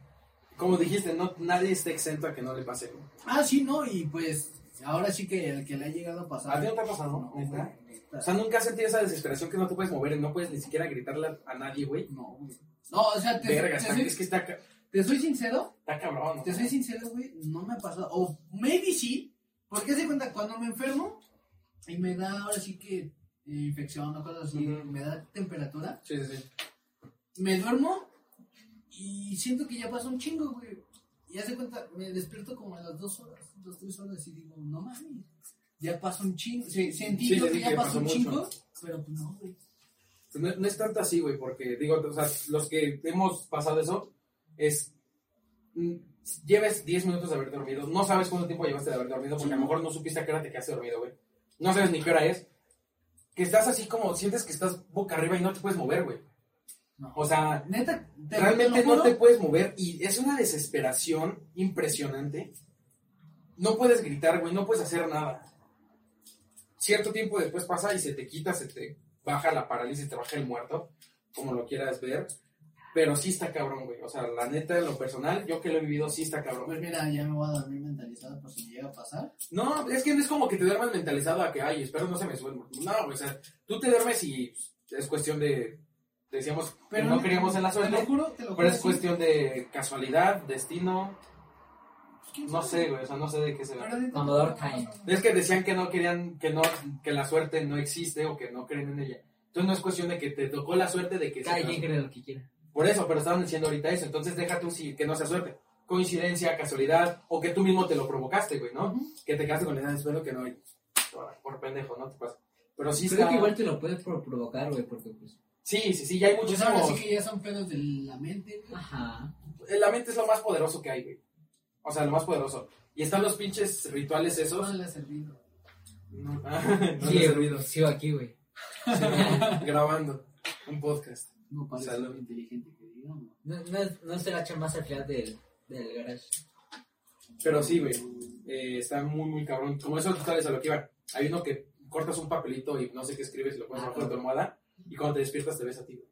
C: como dijiste, no, nadie está exento a que no le pase. güey.
A: Ah, sí, no, y pues ahora sí que el que le ha llegado a pasar.
C: ¿A ti no te ha pasado?
A: No, güey,
C: ¿Neta?
A: neta.
C: O sea, nunca has sentido esa desesperación que no te puedes mover y no puedes ni siquiera gritarle a- a nadie, güey.
A: No, güey. No, o sea, te,
C: Verga,
A: te
C: está-
A: soy,
C: es que está, ca-
A: te soy sincero,
C: está cabrón. ¿no?
A: te soy sincero, güey, no me ha pasado. O maybe sí, porque se cuenta cuando me enfermo y me da ahora sí que eh, infección o cosas así,
C: Ujú.
A: me da temperatura,
C: Sí, sí, sí.
A: me duermo y siento que ya pasó un chingo, güey. Y hace cuenta, me despierto como a las dos horas, dos, tres horas y digo, no mames, ya pasó un chingo. Sí, sentí
C: Sí,
A: yo
C: sí,
A: que
C: sí,
A: ya
C: que
A: pasó
C: pasó
A: un
C: mucho.
A: chingo, pero pues no, güey.
C: No, no es tanto así, güey, porque, digo, o sea, los que hemos pasado eso, es. mm, Lleves 10 minutos de haber dormido, no sabes cuánto tiempo llevaste de haber dormido, porque a lo mejor no supiste a qué hora te quedaste dormido, güey. No sabes ni qué hora es. Que estás así como, sientes que estás boca arriba y no te puedes mover, güey.
A: No.
C: O sea,
A: Neta, te-
C: realmente
A: te lo
C: no
A: juro,
C: te puedes mover y es una desesperación impresionante. No puedes gritar, güey, no puedes hacer nada. Cierto tiempo después pasa y se te quita, se te baja la parálisis, te baja el muerto, como lo quieras ver. Pero sí está cabrón, güey. O sea, la neta, en lo personal, yo que lo he vivido, sí está cabrón.
A: Pues mira, ya me voy a dormir mentalizado por si me llega a pasar.
C: No, es que no es como que te duermas mentalizado a que, ay, espero no se me suelve. No, güey, o sea, tú te duermes y es cuestión de, decíamos, pero no queríamos en la
A: Te lo
C: suerte.
A: juro, te lo juro.
C: Pero es
A: sí.
C: cuestión de casualidad, destino,
A: Pues, ¿quién
C: no
A: sabe?
C: sé, güey, o sea, no sé de qué se
A: Pero
C: va.
A: ahorita
B: Amador
A: no
B: Cain.
A: pasa nada.
C: Es que decían que no querían, que no, que la suerte no existe o que no creen en ella. Entonces no es cuestión de que te tocó la suerte de que... se-
B: Cada quien cree lo que quiera.
C: Por eso, pero estaban diciendo ahorita eso, entonces deja tú si, que no sea suerte. Coincidencia, casualidad, o que tú mismo te lo provocaste, güey, ¿no? Que te quedaste con la idea, espero que no, y, por pendejo, no te pasa. Pero Pues sí
B: Creo
C: está...
B: que igual te lo puedes pro- provocar, güey, porque pues.
C: Sí, sí, sí, ya hay
A: Pues ahora
C: muchísimos...
A: sí que ya son pedos de la mente, güey.
B: Ajá.
C: La mente es lo más poderoso que hay, güey. O sea, lo más poderoso. Y están los pinches rituales
A: Todo
C: esos.
A: le ha servido.
C: No, no
B: Sí, eh.
C: les he
B: ruido. Sí, aquí, güey.
C: ruido. grabando un podcast.
A: No parece
C: Salud.
A: muy inteligente que digamos.
B: No, no, no es el hacha más afilada del, del garage.
C: Pero sí, güey. eh, está muy, muy cabrón. Como esos rituales a lo que iba. Hay uno que cortas un papelito y no sé qué escribes, lo pones
B: Ah,
C: bajo de tu almohada. Y cuando te despiertas te ves a ti, güey.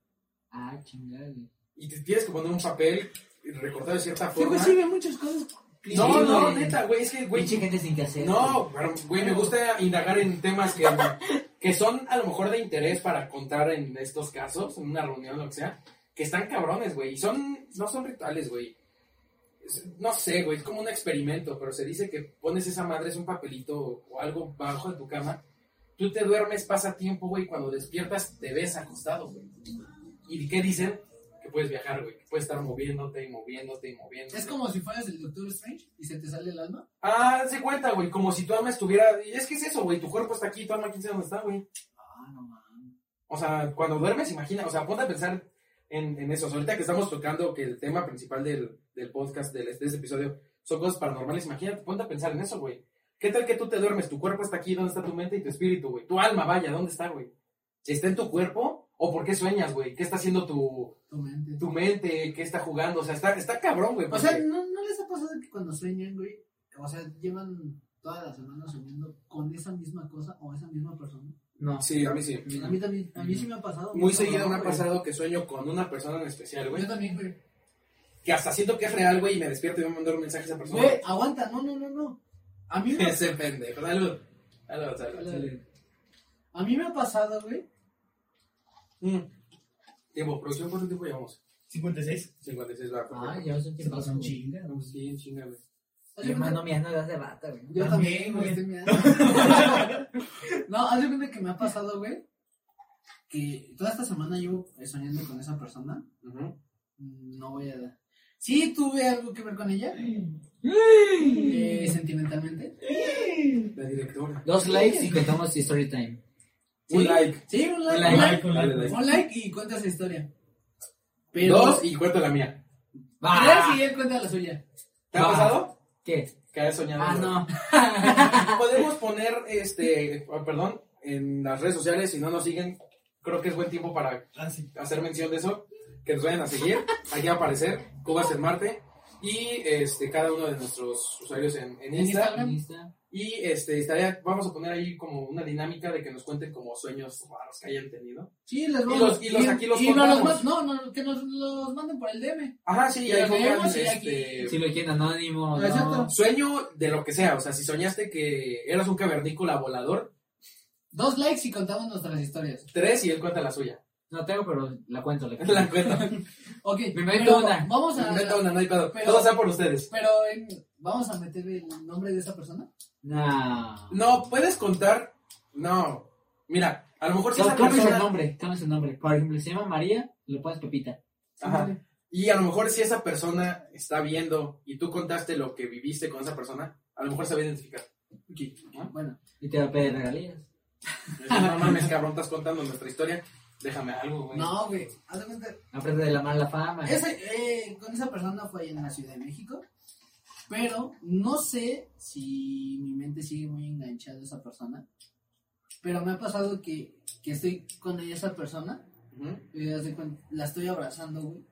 B: Ah, chingada, güey.
C: Y te tienes que poner un papel recortado de cierta
A: Sí,
C: forma.
A: güey, sí, ve muchas cosas.
C: no,
B: Sí,
C: no,
B: güey.
C: neta, güey. Es que, güey,
B: Pinche gente sin que hacer.
C: No, pero, güey, me gusta indagar en temas que, que son a lo mejor de interés para contar en estos casos, en una reunión, lo que sea, que están cabrones, güey. Y son, no son rituales, güey. Es- No sé, güey, es como un experimento, pero se dice que pones esa madre, es un papelito o algo bajo de tu cama. Tú te duermes, pasa tiempo, güey, cuando despiertas te ves acostado, güey. ¿Y qué dicen? Que puedes viajar, güey, que puedes estar moviéndote y moviéndote y moviéndote.
A: Es como si fueras el Doctor Strange y se te sale el alma.
C: Ah, se cuenta, güey, como si tu alma estuviera... y Es que es eso, güey, tu cuerpo está aquí, tu alma quién sabe dónde está, güey.
A: Ah, no mames.
C: O sea, cuando duermes, imagina, o sea, ponte a pensar en, en eso. O sea, ahorita que estamos tocando que el tema principal del, del podcast, del, de este episodio, son cosas paranormales, imagínate, ponte a pensar en eso, güey. ¿Qué tal que tú te duermes? Tu cuerpo está aquí, ¿dónde está tu mente y tu espíritu, güey? Tu alma, vaya, ¿dónde está, güey? ¿Está en tu cuerpo? ¿O por qué sueñas, güey? ¿Qué está haciendo tu,
A: Tu mente.
C: tu mente? ¿Qué está jugando? O sea, está, está cabrón, güey.
A: O sea,
C: porque-
A: ¿no, ¿no les ha pasado que cuando sueñan, güey? O sea, llevan toda la semana soñando con esa misma cosa o esa misma persona.
B: No.
I: Sí, a mí sí.
A: A mí también, a mí sí me ha pasado.
C: muy seguido me ha
A: cabrón, güey.
C: pasado que sueño con una persona en especial, güey.
A: Yo también, güey.
C: que hasta siento que es real, güey, y me despierto y me mando un mensaje a esa persona.
A: Güey, aguanta, no, no, no, no. A mí me,
C: Ese pendejo, salud. Salud, salud.
A: a mí me ha pasado, güey.
C: Mm. Tiempo, producción, ¿cuánto tiempo llevamos?
E: 56.
C: 56 va,
B: Ah,
C: perfecto.
B: ya no sé
E: Se
B: quién pasó.
E: pasan chingas.
C: Vamos, sí, chinga, güey.
A: Haz de
B: Mi
A: cuenta-
B: hermano me anda de bata, güey.
A: Yo también,
E: También,
A: güey.
E: güey.
A: estoy mirando. no, haz de cuenta que me ha pasado, güey. Que toda esta semana llevo eh, soñando con esa persona.
C: Ujú.
A: Mm, No voy a. Sí, tuve algo que ver con ella. eh, sentimentalmente.
C: La directora.
B: Dos likes y contamos story time.
C: Un
A: Sí.
C: like.
A: Sí, un like.
B: Un
A: Un like,
C: Dale like.
A: un like y cuenta esa historia. Pero.
C: Dos Ah. y cuento la mía.
A: Tres
B: ¡Va!
A: y él cuenta la suya.
C: ¿Te ha
B: Va.
C: pasado?
B: Ah, ¿Qué?
C: Que has soñado.
B: Ah, no.
C: Podemos poner, este, oh, perdón, en las redes sociales, si no nos siguen, creo que es buen tiempo para
E: Ah, sí.
C: hacer mención de eso, que nos vayan a seguir, aquí va a aparecer, Cubas el Marte, y este, cada uno de nuestros usuarios en, en Insta.
A: Instagram.
B: Insta.
C: Y este, estaría, vamos a poner ahí como una dinámica de que nos cuenten como sueños raros que hayan tenido.
A: Sí, les
C: Y
A: vamos
C: los- y los- aquí los
A: y no, los
C: contamos.
A: ma- no, no, que nos los manden por el DM.
C: Ajá, sí,
A: Y
C: ahí
A: los
C: pongan,
A: leemos y
C: este,
B: Si lo quieren anónimo,
A: Ah, exacto.
B: no.
C: sueño de lo que sea, o sea, si soñaste que eras un cavernícola volador,
A: Dos likes y contamos nuestras historias.
C: tres y él cuenta la suya.
B: No tengo, pero la cuento. La cuento.
C: La cuenta.
A: Ok,
B: Me meto
A: pero
B: una.
A: vamos a.
C: Neta, una, no hay pedo.
A: Pero-
C: Todo sea por ustedes.
A: Pero en- vamos a meter el nombre de esa persona.
B: No.
C: No, puedes contar. No. Mira, a lo mejor si
B: Cam-
C: esa
B: Cambias el
C: persona.
B: nombre, cambias el nombre. Por ejemplo, se llama María, le pones Pepita.
C: Ajá.
A: Sí,
C: Y a lo mejor si esa persona está viendo y tú contaste lo que viviste con esa persona, a lo mejor se va a identificar. Aquí, ¿no?
A: Bueno,
B: Y te va a pedir regalías.
C: No mames, cabrón, estás contando nuestra historia. Déjame algo, güey.
A: no, güey. Haz de cuenta.
B: Aprende de la mala fama.
A: Ese, eh, con esa persona fue en la Ciudad de México. Pero no sé si mi mente sigue muy enganchada a esa persona. Pero me ha pasado que, que estoy con esa persona.
C: Ujú.
A: y haz de cuenta, la estoy abrazando, güey.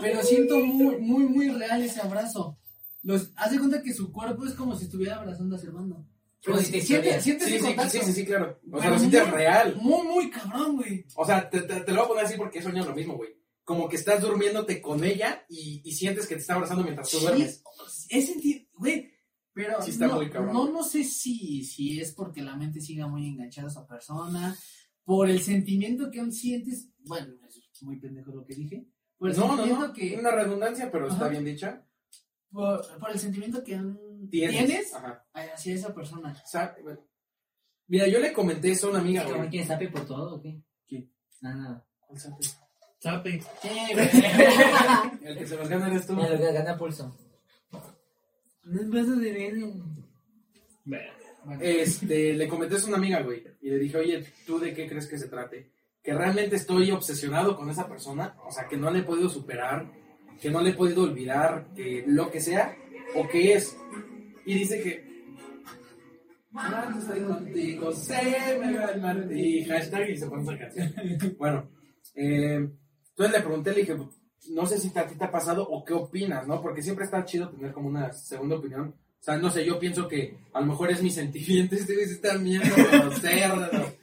A: Pero siento muy, muy, muy real ese abrazo. Los, haz de cuenta que su cuerpo es como si estuviera abrazando a su hermano. Pero si te sientes,
C: Sí,
A: sientes
C: sí,
A: el
C: sí,
A: contacto.
C: sí, sí, sí, claro. O sea,
A: Pero
C: lo sientes
A: muy-
C: real.
A: Muy, muy cabrón, güey.
C: O sea, te, te- te lo voy a poner así porque sueño lo mismo, güey. Como que estás durmiéndote con ella y, y sientes que te está abrazando mientras tú duermes.
A: Sí, he sentido, güey. Pero
C: Sí está
A: no,
C: muy cabrón.
A: no, no sé si, si es porque la mente siga muy enganchada a esa persona, por el sentimiento que aún sientes. Bueno, es muy pendejo lo que dije. Por el
C: no, no,
A: sentimiento
C: no.
A: pues, que.
C: Una redundancia, pero está
A: Ajá.
C: bien dicha.
A: Por, por el sentimiento que aún tienes,
C: Ajá.
A: hacia esa persona.
C: Sa- bueno. Mira, yo le comenté eso a una amiga,
B: Este cabrón
C: güey.
B: quiere sape por todo o qué?
C: ¿Quién?
B: Nada, nada.
C: ¿Cuál sape?
E: Sape.
A: Sí, Eh, güey.
C: El que se los gana eres tú.
B: Mira, lo que gana pulso. No es beso de bien.
E: Verga.
A: Bueno,
C: este, le comenté eso a una amiga, güey, y le dije, oye, ¿tú de qué crees que se trate? Que realmente estoy obsesionado con esa persona, o sea, que no le he podido superar, que no le he podido olvidar, que lo que sea, o que es. Y dice que... "Mañana estoy contigo, se me va el mar", Y hashtag y se pone esa canción. Bueno, eh, entonces le pregunté, le dije, no sé si a ti te ha pasado o qué opinas, ¿no? Porque siempre está chido tener como una segunda opinión. O sea, no sé, yo pienso que a lo mejor es mi sentimiento, este güey se está mierda, pero cerdo, ¿no?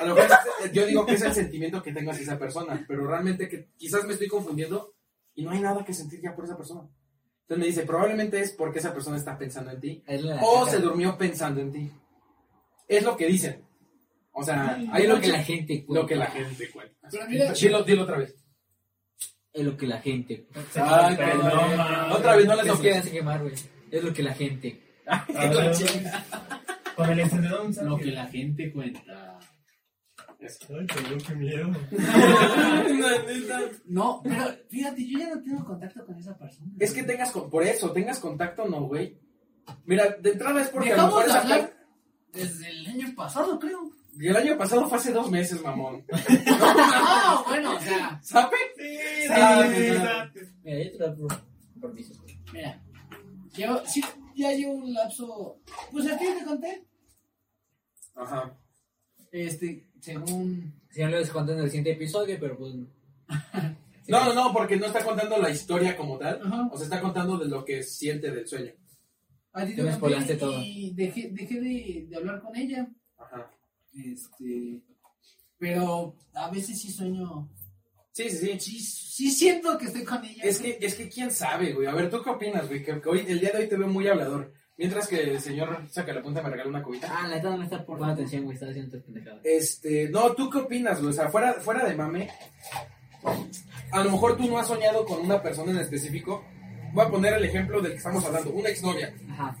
C: A lo mejor es- yo digo que es el sentimiento que tengo hacia esa persona, pero realmente que quizás me estoy confundiendo y no hay nada que sentir ya por esa persona. Entonces me dice, probablemente es porque esa persona está pensando en ti
B: Es la-
C: o Oh, se durmió pensando en ti. Es lo que dicen. O sea,
E: Ay,
C: hay
B: lo que la gente cuenta.
C: lo que la gente cuenta.
A: Pero mira-
C: Dilo, dilo otra vez.
B: Es lo que la gente.
C: Ay,
E: Pero no
C: perdón.
E: mames.
C: Otra vez no les
B: Eso
C: ofendas.
B: quédense quemar, güey. Es lo que la gente.
E: A ver, Con el encendedor un
D: Lo
E: sándwich.
D: que la gente cuenta.
E: Ay, cabrón, qué miedo.
A: no, pero fíjate, yo ya no tengo contacto con esa persona.
C: Es que tengas, con- por eso, tengas contacto no, güey. Mira, de entrada es porque
A: Dejamos de
C: esa
A: hablar desde el año pasado, creo.
C: pla- El año pasado fue hace dos meses, mamón.
A: Ah, bueno, o sea,
C: ¿Sabe?
E: Sí,
C: Sándwich,
E: sí,
C: sándwich.
B: Mira, yo te lo por, por mis-
A: mira, llevo, sí, ya llevo un lapso, pues aquí te conté,
C: Ajá.
A: este, según,
B: Si no lo les conté en el siguiente episodio, pero pues.
C: No, no, no, porque no está contando la historia como tal.
A: Ajá.
C: O sea, está contando de lo que siente del sueño.
A: a ti
B: Te me
A: conté
B: spoileaste todo.
A: y dejé, dejé de, de hablar con ella,
C: Ajá.
A: este, pero a veces sí sueño,
C: Sí, sí, sí.
A: sí, sí siento que estoy con ella.
C: Es que, es que quién sabe, güey. A ver, ¿tú qué opinas, güey? Que, que hoy, el día de hoy te veo muy hablador. Mientras que el señor saca la punta me regala una cobija.
B: Ah, la neta no me está poniendo atención, güey. Está haciendo tus pendejadas.
C: Este, no, ¿tú qué opinas, güey? O sea, fuera, fuera de mame, a lo mejor tú no has soñado con una persona en específico. Voy a poner el ejemplo del que estamos hablando, una exnovia.
B: Ajá.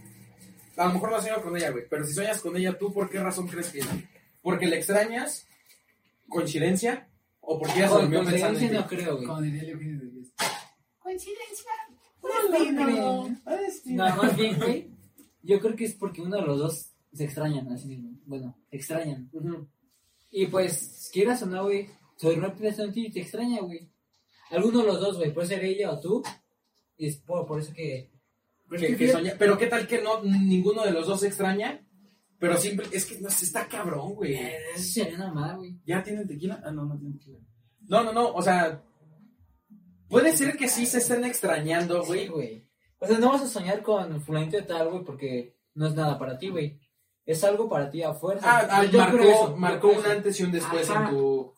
C: A lo mejor no has soñado con ella, güey, pero si sueñas con ella, ¿tú por qué razón crees que no? ¿Porque le extrañas? ¿Coincidencia? ¿O porque ella se
B: Con
C: durmió pensando
B: coincidencia
C: en ti?
B: pues, no creo, güey.
A: Como diría Leopidio de Dios. Coincidencia.
B: No, más bien, güey. Yo creo que es porque uno de los dos se extrañan, así mismo. Bueno, extrañan.
C: Ujú.
B: Y pues, quieras o no, güey, soy rápido en ti y te extraña, güey. Alguno de los dos, güey, puede ser ella o tú. Y es por, por eso que.
C: Que- que soña- Pero qué tal que no, ninguno de los dos se extraña, pero siempre, es que no, sé, está cabrón, güey.
B: Eh, Eso sería una mala, güey.
C: ¿Ya tienen tequila? Ah, no, no tienen tequila. No, no, no, o sea. Puede ser que sí se estén extrañando,
B: Sí,
C: güey.
B: güey. O sea, no vas a soñar con fulanito de tal, güey, porque no es nada para ti, güey. Es algo para ti a fuerza.
C: Ah, ah,
B: Yo- yo creo
C: marcó,
B: eso, yo
C: marcó
B: creo
C: un
B: eso.
C: antes y un después en
B: Ajá.
C: tu,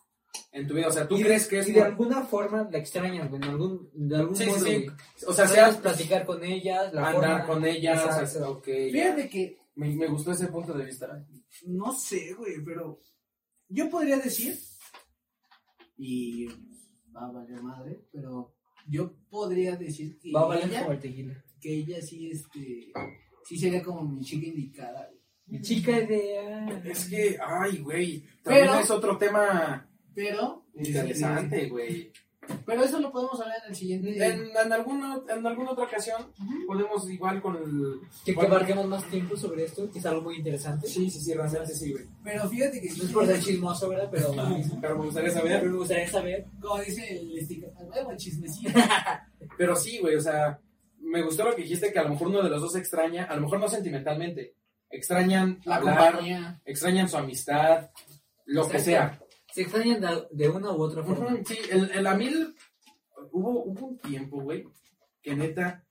C: en tu vida. O sea, ¿tú
B: Y de-
C: crees que es.?
B: Y de
C: por-
B: alguna forma la extrañas, güey, en algún, de algún
C: Sí, sí,
B: modo,
C: sí.
B: güey.
C: O sea,
B: Sabes
C: sea
B: platicar con ellas, la
C: andar
B: forma.
C: con ellas. O sea,
B: Exacto.
C: ok, ya.
A: Fíjate que
C: Me, me gustó ese punto de vista.
A: No sé, güey, pero yo podría decir, y va a valer madre, pero yo podría decir que,
B: Va a valer como
A: ella,
B: el tequila.
A: que ella sí, este, sí sería como mi chica indicada. güey.
B: Mi chica idea.
C: Es que, ay, güey. También
A: Pero-
C: es otro tema
A: Pero, eh,
C: interesante, güey.
A: pero eso lo podemos hablar en el siguiente.
C: En, en, alguna, en alguna otra ocasión, podemos igual con el.
B: Que, que
C: Bueno.
B: abarquemos más tiempo sobre esto, que es algo muy interesante.
C: Sí, sí, sí, realmente sí, güey.
A: Pero fíjate que,
B: No es por ser chismoso, ¿verdad? Pero,
C: Pero me gustaría saber.
B: pero me gustaría saber.
A: como dice el sticker, al huevo, chismecito.
C: Pero sí, güey, o sea, me gustó lo que dijiste que a lo mejor uno de los dos extraña, a lo mejor no sentimentalmente, extrañan
A: La
C: hablar,
A: compañía.
C: extrañan su amistad, lo que sea.
B: Se extrañan de, de una u otra forma.
C: Ujú, Sí, el, el a mí el- hubo, hubo un tiempo, güey, que neta,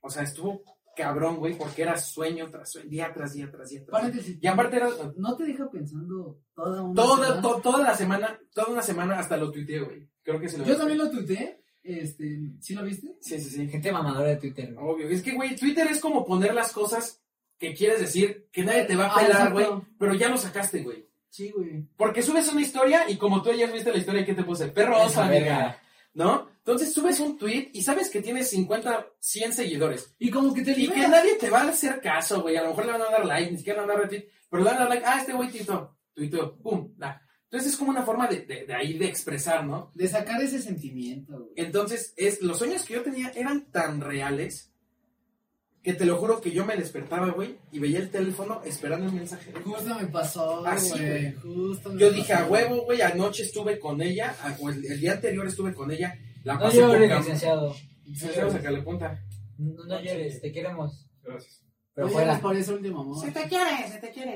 C: o sea, estuvo cabrón, güey, porque era sueño tras sueño, día tras día tras día. Tras día.
A: Paréntesis,
C: Y aparte era
A: no te deja pensando toda una.
C: toda,
A: semana.
C: to- toda la semana, toda una semana hasta lo tuiteé, güey. Creo que se lo
A: Yo también lo tuiteé, este, ¿sí lo viste?
C: Sí, sí, sí.
B: Gente mamadora de Twitter. güey.
C: Obvio, es que, güey, Twitter es como poner las cosas que quieres decir, que nadie te va a
A: Ah,
C: pelar,
A: exacto.
C: güey, pero ya lo sacaste, güey.
A: Sí, güey.
C: Porque subes una historia y como tú ya viste la historia que te puse, perro oso,
B: Esa
C: amiga,
B: verga.
C: ¿no? Entonces subes un tweet y sabes que tienes 50, 100 seguidores.
A: Y como que te
C: Y que
A: liberas.
C: nadie te va a hacer caso, güey. A lo mejor le van a dar like, ni siquiera le van a dar retweet, pero le van a dar like, ah, este güey tuitó, tuiteó, pum, da. Entonces es como una forma de, de, de ahí de expresar, ¿no?
A: De sacar ese sentimiento, güey.
C: Entonces, es, los sueños que yo tenía eran tan reales que te lo juro que yo me despertaba, güey, y veía el teléfono esperando un mensaje.
A: Justo me pasó,
C: Ah, sí,
A: güey. Justo me
C: Yo
A: pasó.
C: dije, a huevo, güey, anoche estuve con ella, a- o el, el día anterior estuve con ella, la
B: No
C: pasé por
B: llores,
C: cabrón.
B: licenciado.
C: Sí, vamos a sacarle punta.
B: No, no llores, te queremos.
H: Gracias.
B: Pero
A: Oye,
C: pues,
B: fuera.
A: nos pues, por ese último amor.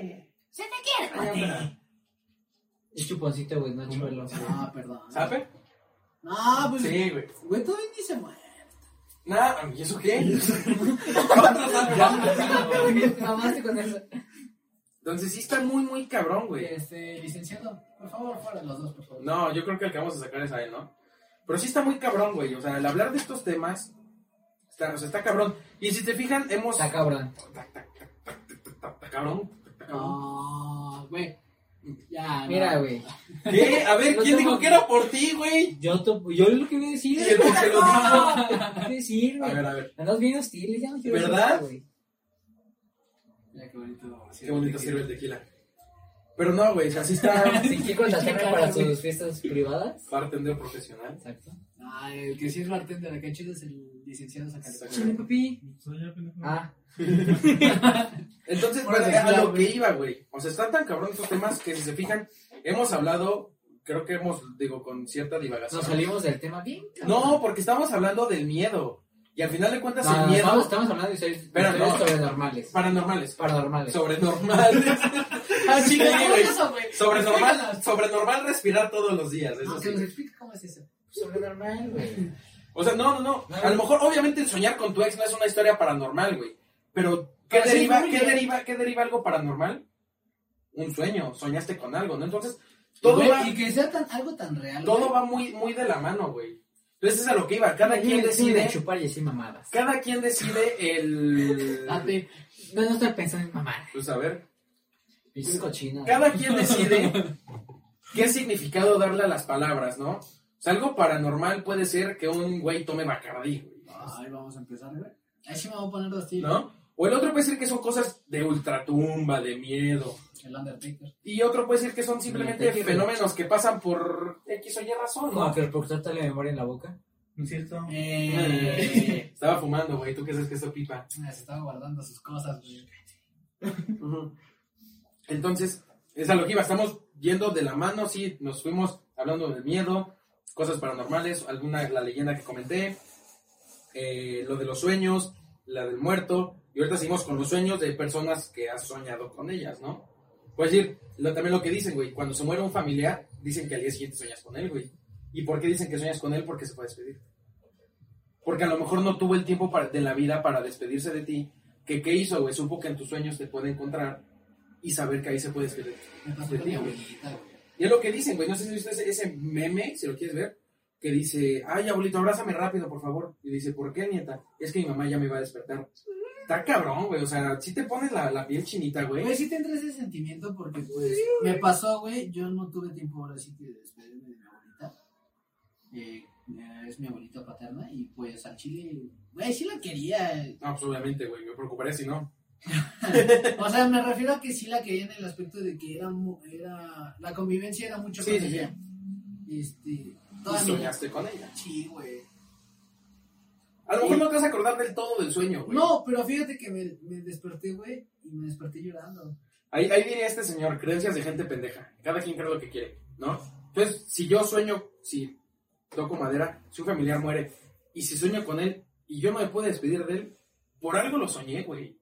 B: Es chuponcito, güey, no chuparlo.
A: Ah, perdón.
C: ¿Sabe?
A: No,
C: Ah,
A: pues,
C: Sí, güey.
A: güey, todavía ni se muere.
C: Nada, ¿y eso qué?
B: Mamaste con eso.
C: Entonces sí está muy, muy cabrón, güey.
A: Este, licenciado, por favor, fuera los dos, por favor.
C: Pues, No, yo creo que el que vamos a sacar es a él, ¿no? Pero sí está muy cabrón, güey. O sea, el hablar de estos temas está, o sea, está cabrón. Y si te fijan, hemos.
B: Está cabrón.
C: Está cabrón. está cabrón.
A: No, güey. Ya, no.
B: Mira, güey.
C: ¿Qué? A ver,
B: No
C: ¿quién
B: te-
C: dijo que era por ti, güey?
B: Yo, to- yo lo que voy a decir.
C: Y el que se lo dijo.
B: ¿Qué decir,
C: A
B: güey?
C: ver, a ver.
B: Andas bien hostiles, ya no quiero
C: ¿Verdad?
B: decir nada, güey.
A: Mira, qué bonito.
C: Qué bonito sirve el tequila. Pero no, güey, o sea, sí está.
B: Si quiere contratarme
A: Claro,
B: para
A: güey.
B: sus fiestas privadas.
C: Bartender profesional.
B: Exacto.
A: Ah, el que sí es bartender, acá chido es el licenciado
C: Chile,
A: Zacatecas.
B: papi.
E: Soy ya, pendejo.
B: Ah,
C: Entonces,
A: Bueno,
C: bueno,
A: de
C: a
A: claro,
C: lo
A: güey.
C: que iba, güey. O sea, están tan cabrón estos temas que si se fijan, hemos hablado, creo que hemos, digo, con cierta divagación.
B: nos salimos del tema bien.
C: No, porque estamos hablando del miedo. Y al final de cuentas,
B: No,
C: el
B: no,
C: miedo.
B: Estamos, estamos hablando de historias, de
C: Pero
B: historias
C: no.
B: sobrenormales.
C: Paranormales.
B: Paranormales.
C: Sobrenormales.
A: Ah, sí,
C: güey.
A: ¿cómo es eso, güey?
C: Sobrenormal, sobrenormal respirar todos los días. Eso
A: No,
C: sí.
A: que nos explique cómo es eso.
B: Sobrenormal, güey.
C: O sea, no, no, no.
A: Ah.
C: A lo mejor, obviamente, el soñar con tu ex no es una historia paranormal, güey. Pero, ¿qué,
A: Pero sí
C: deriva,
A: influye.
C: ¿qué, deriva, ¿qué deriva algo paranormal? Un sueño. Soñaste con algo, ¿no? Entonces, todo
A: Güey,
C: va,
A: Y que sea tan, algo tan real.
C: todo
A: güey.
C: va muy, muy de la mano, güey. Entonces, es a lo que iba. Cada quien
B: decide
C: decide.
B: chupar y decir mamadas.
C: Cada quien decide el.
A: Date.
B: No, no estar pensando en mamadas.
C: Pues a ver.
B: Pinches cochinas.
C: Cada quien decide qué significado darle a las palabras, ¿no? O sea, algo paranormal puede ser que un güey tome bacardí, güey,
A: Ay, vamos a empezar, güey. Ahí sí me voy a poner los tiros.
C: ¿no? O el otro puede ser que son cosas de ultratumba, de miedo.
A: El Undertaker.
C: Y otro puede ser que son simplemente
B: Mira, te-
C: fenómenos que pasan por X o Y razón,
B: Como
C: ¿no?
B: que el productor te la memoria en la boca.
E: ¿No es cierto?
A: Eh,
C: Eh, Estaba fumando, güey. ¿Tú qué sabes que esto pipa?
A: se estaba guardando sus cosas, güey.
C: Entonces, es a lo que iba. Estamos yendo de la mano, sí. Nos fuimos hablando del miedo, cosas paranormales, alguna, la leyenda que comenté, eh, lo de los sueños, la del muerto. Y ahorita seguimos con los sueños de personas que has soñado con ellas, ¿no? Puedes decir, lo- también lo que dicen, güey. Cuando se muere un familiar, dicen que al día siguiente sueñas con él, güey. ¿Y por qué dicen que sueñas con él? Porque se fue a despedir. Porque a lo mejor no tuvo el tiempo para- de la vida para despedirse de ti. ¿Qué, qué hizo, güey? Supo que en tus sueños te puede encontrar y saber que ahí se puede despedir.
A: Me pasó
C: De
A: con
C: ti,
A: mi
C: güey.
A: abuelita, güey.
C: Y es lo que dicen, güey. No sé si viste ese, ese meme, si lo quieres ver, que dice, ay, abuelito, abrázame rápido, por favor. Y dice, ¿por qué, nieta? Es que mi mamá ya me va a despertar. Está cabrón, güey. O sea, si te pones la, la piel chinita, güey.
A: Güey, sí te entra ese sentimiento porque, pues, me pasó, güey. Yo no tuve tiempo ahora sí que de despedirme de mi abuelita. Eh, eh, es mi abuelita paterna y, pues, al chile, güey, sí la quería. eh.
C: No, pues obviamente, güey. Me preocuparía si no.
A: O sea, me refiero a que sí la quería en el aspecto de que era, mu- era la convivencia era mucho
C: Sí,
A: con
C: sí, sí.
A: ella. Este,
C: Y
A: toda mi-
C: soñaste con ella.
A: Sí, güey.
C: A lo mejor no te vas a acordar del todo del sueño, güey.
A: No, pero fíjate que me, me desperté, güey, y me desperté llorando.
C: Ahí, ahí diría este señor, creencias de gente pendeja. Cada quien cree lo que quiere, ¿no? Entonces, si yo sueño, si toco madera, si un familiar muere, y si sueño con él, y yo no me puedo despedir de él, por algo lo soñé, güey.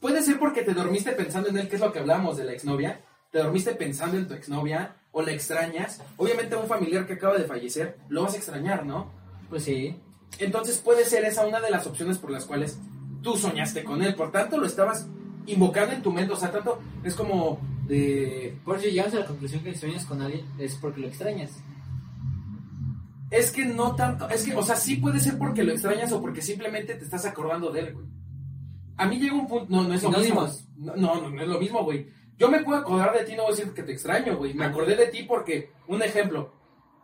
C: Puede ser porque te dormiste pensando en él, que es lo que hablamos de la exnovia. Te dormiste pensando en tu exnovia, o la extrañas. Obviamente, a un familiar que acaba de fallecer, lo vas a extrañar, ¿no?
B: Pues sí.
C: Entonces puede ser esa una de las opciones por las cuales tú soñaste con él. Por tanto, lo estabas invocando en tu mente. O sea, tanto es como de...
B: Por si llegamos a la conclusión que si sueñas con alguien es porque lo extrañas.
C: Es que no tanto... Es que, o sea, sí puede ser porque lo extrañas o porque simplemente te estás acordando de él, güey. A mí llega un punto... No, no es lo mismo.
B: Sinónimos.
C: No, no, no es lo mismo, güey. Yo me puedo acordar de ti, no voy a decir que te extraño, güey. Me acordé de ti porque, un ejemplo,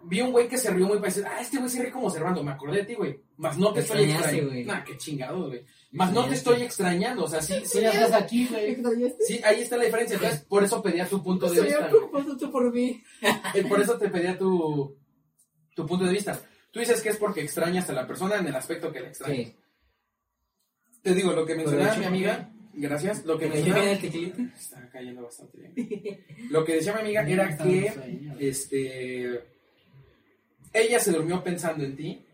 C: vi un güey que se rió muy parecido. Ah, este güey se ríe como Cervando. Me acordé de ti, güey. Más no te
B: Te
C: estoy
B: extrañaste,
C: extrañando.
B: güey.
C: Nah, qué chingado, güey. Más no te estoy extrañando. O sea, sí, sí,
A: Sí, ya estás aquí, güey.
C: Sí, ahí está la diferencia. Entonces, por eso pedía tu punto de vista.
B: tú por mí.
C: güey. Por eso te pedía tu, tu punto de vista. Tú dices que es porque extrañas a la persona en el aspecto que la extrañas.
B: Sí.
C: Te digo, lo que mencionaba
B: hecho,
C: mi amiga, gracias, lo que
B: ¿Te viene
C: mencionaba,
B: el teclito?
C: está cayendo bastante bien. Lo que decía mi amiga era que, este, ella se durmió pensando en ti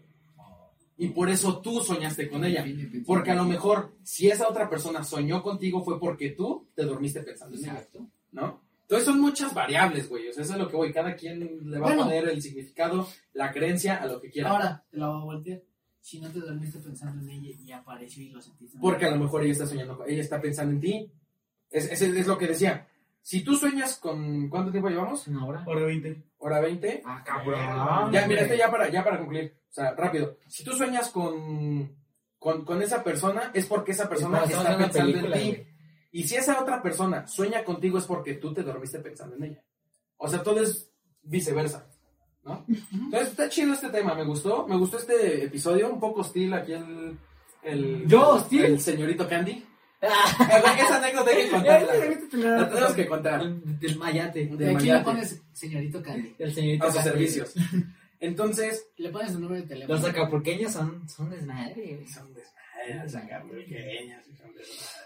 C: y por eso tú soñaste con ella. Porque a lo mejor, si esa otra persona soñó contigo, fue porque tú te dormiste pensando en ella,
A: Exacto.
C: ¿no? Entonces son muchas variables, güey. O sea, eso es lo que voy. Cada quien le va
A: Bueno.
C: a poner el significado, la creencia, a lo que quiera.
A: Ahora, te la voy a voltear. Si no te dormiste pensando en ella y apareció y lo sentiste.
C: Porque a lo mejor ella está soñando, con- ella está pensando en ti. Es, es, es lo que decía. Si tú sueñas con. ¿Cuánto tiempo llevamos?
B: Una hora.
E: Hora 20.
C: ¿Hora 20?
B: Ah,
E: cabrón.
C: Ya, mira, esto ya para, ya para concluir. O sea, rápido. Si tú sueñas con. Con, con esa persona es porque esa persona
B: Estamos
C: está
B: haciendo una
C: pensando en
B: película,
C: ti.
B: güey.
C: Y si esa otra persona sueña contigo es porque tú te dormiste pensando en ella. O sea, todo es viceversa, ¿no? Entonces, está chido este tema, me gustó. Me gustó este episodio, un poco hostil aquí el... el
B: ¿Yo hostil? Ah.
C: El señorito Candy. Eh, güey, Esa anécdota hay que contarla. La tenemos que contar.
B: El Desmayate.
A: Y
C: De
A: aquí le
C: Mayate,
A: pones señorito Candy.
B: El señorito.
C: a sus
B: Castillo.
C: servicios. Entonces...
A: Le pones su número de teléfono.
B: Los acapurqueños son, son desmadre. güey.
C: Son desmadres, acá, muy pequeñas, son desmadres.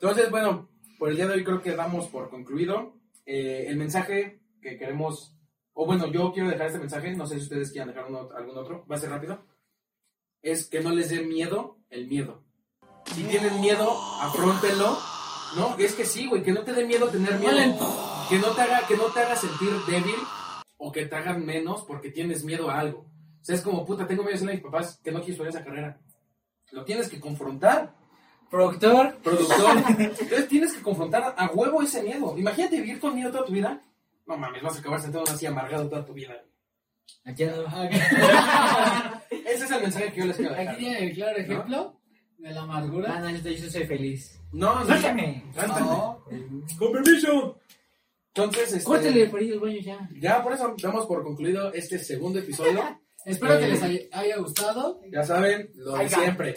C: Entonces, bueno, por el día de hoy creo que damos por concluido. Eh, el mensaje que queremos, o bueno, yo quiero dejar este mensaje, no sé si ustedes quieran dejar uno- algún otro, va a ser rápido, es que no les dé miedo el miedo. Si tienen miedo, afrontenlo. No, es que sí, güey, que no te dé miedo tener miedo. Que no te haga, que no te haga sentir débil o que te hagan menos porque tienes miedo a algo. O sea, es como, puta, tengo miedo de decirle a mis papás que no quiero estudiar esa carrera. Lo tienes que confrontar
B: Productor.
C: productor. Entonces tienes que confrontar a huevo ese miedo. Imagínate vivir con miedo toda tu vida. No mames, vas a acabar sentado así amargado toda tu vida.
B: Aquí ando.
C: Ah,
B: Ah,
C: Ese es el mensaje que yo les quiero
A: Aquí
C: dejar.
A: tiene el claro ejemplo de la
B: Ah,
A: amargura.
B: no, yo yo soy feliz.
C: No, no,
B: ¡Suéltame!
C: no.
E: ¡Con permiso!
C: Entonces, este,
B: Córtale por ahí el baño ya.
C: ya por eso damos por concluido este segundo episodio.
A: Espero que
C: Eh.
A: les haya- haya gustado.
C: Ya saben, lo de siempre.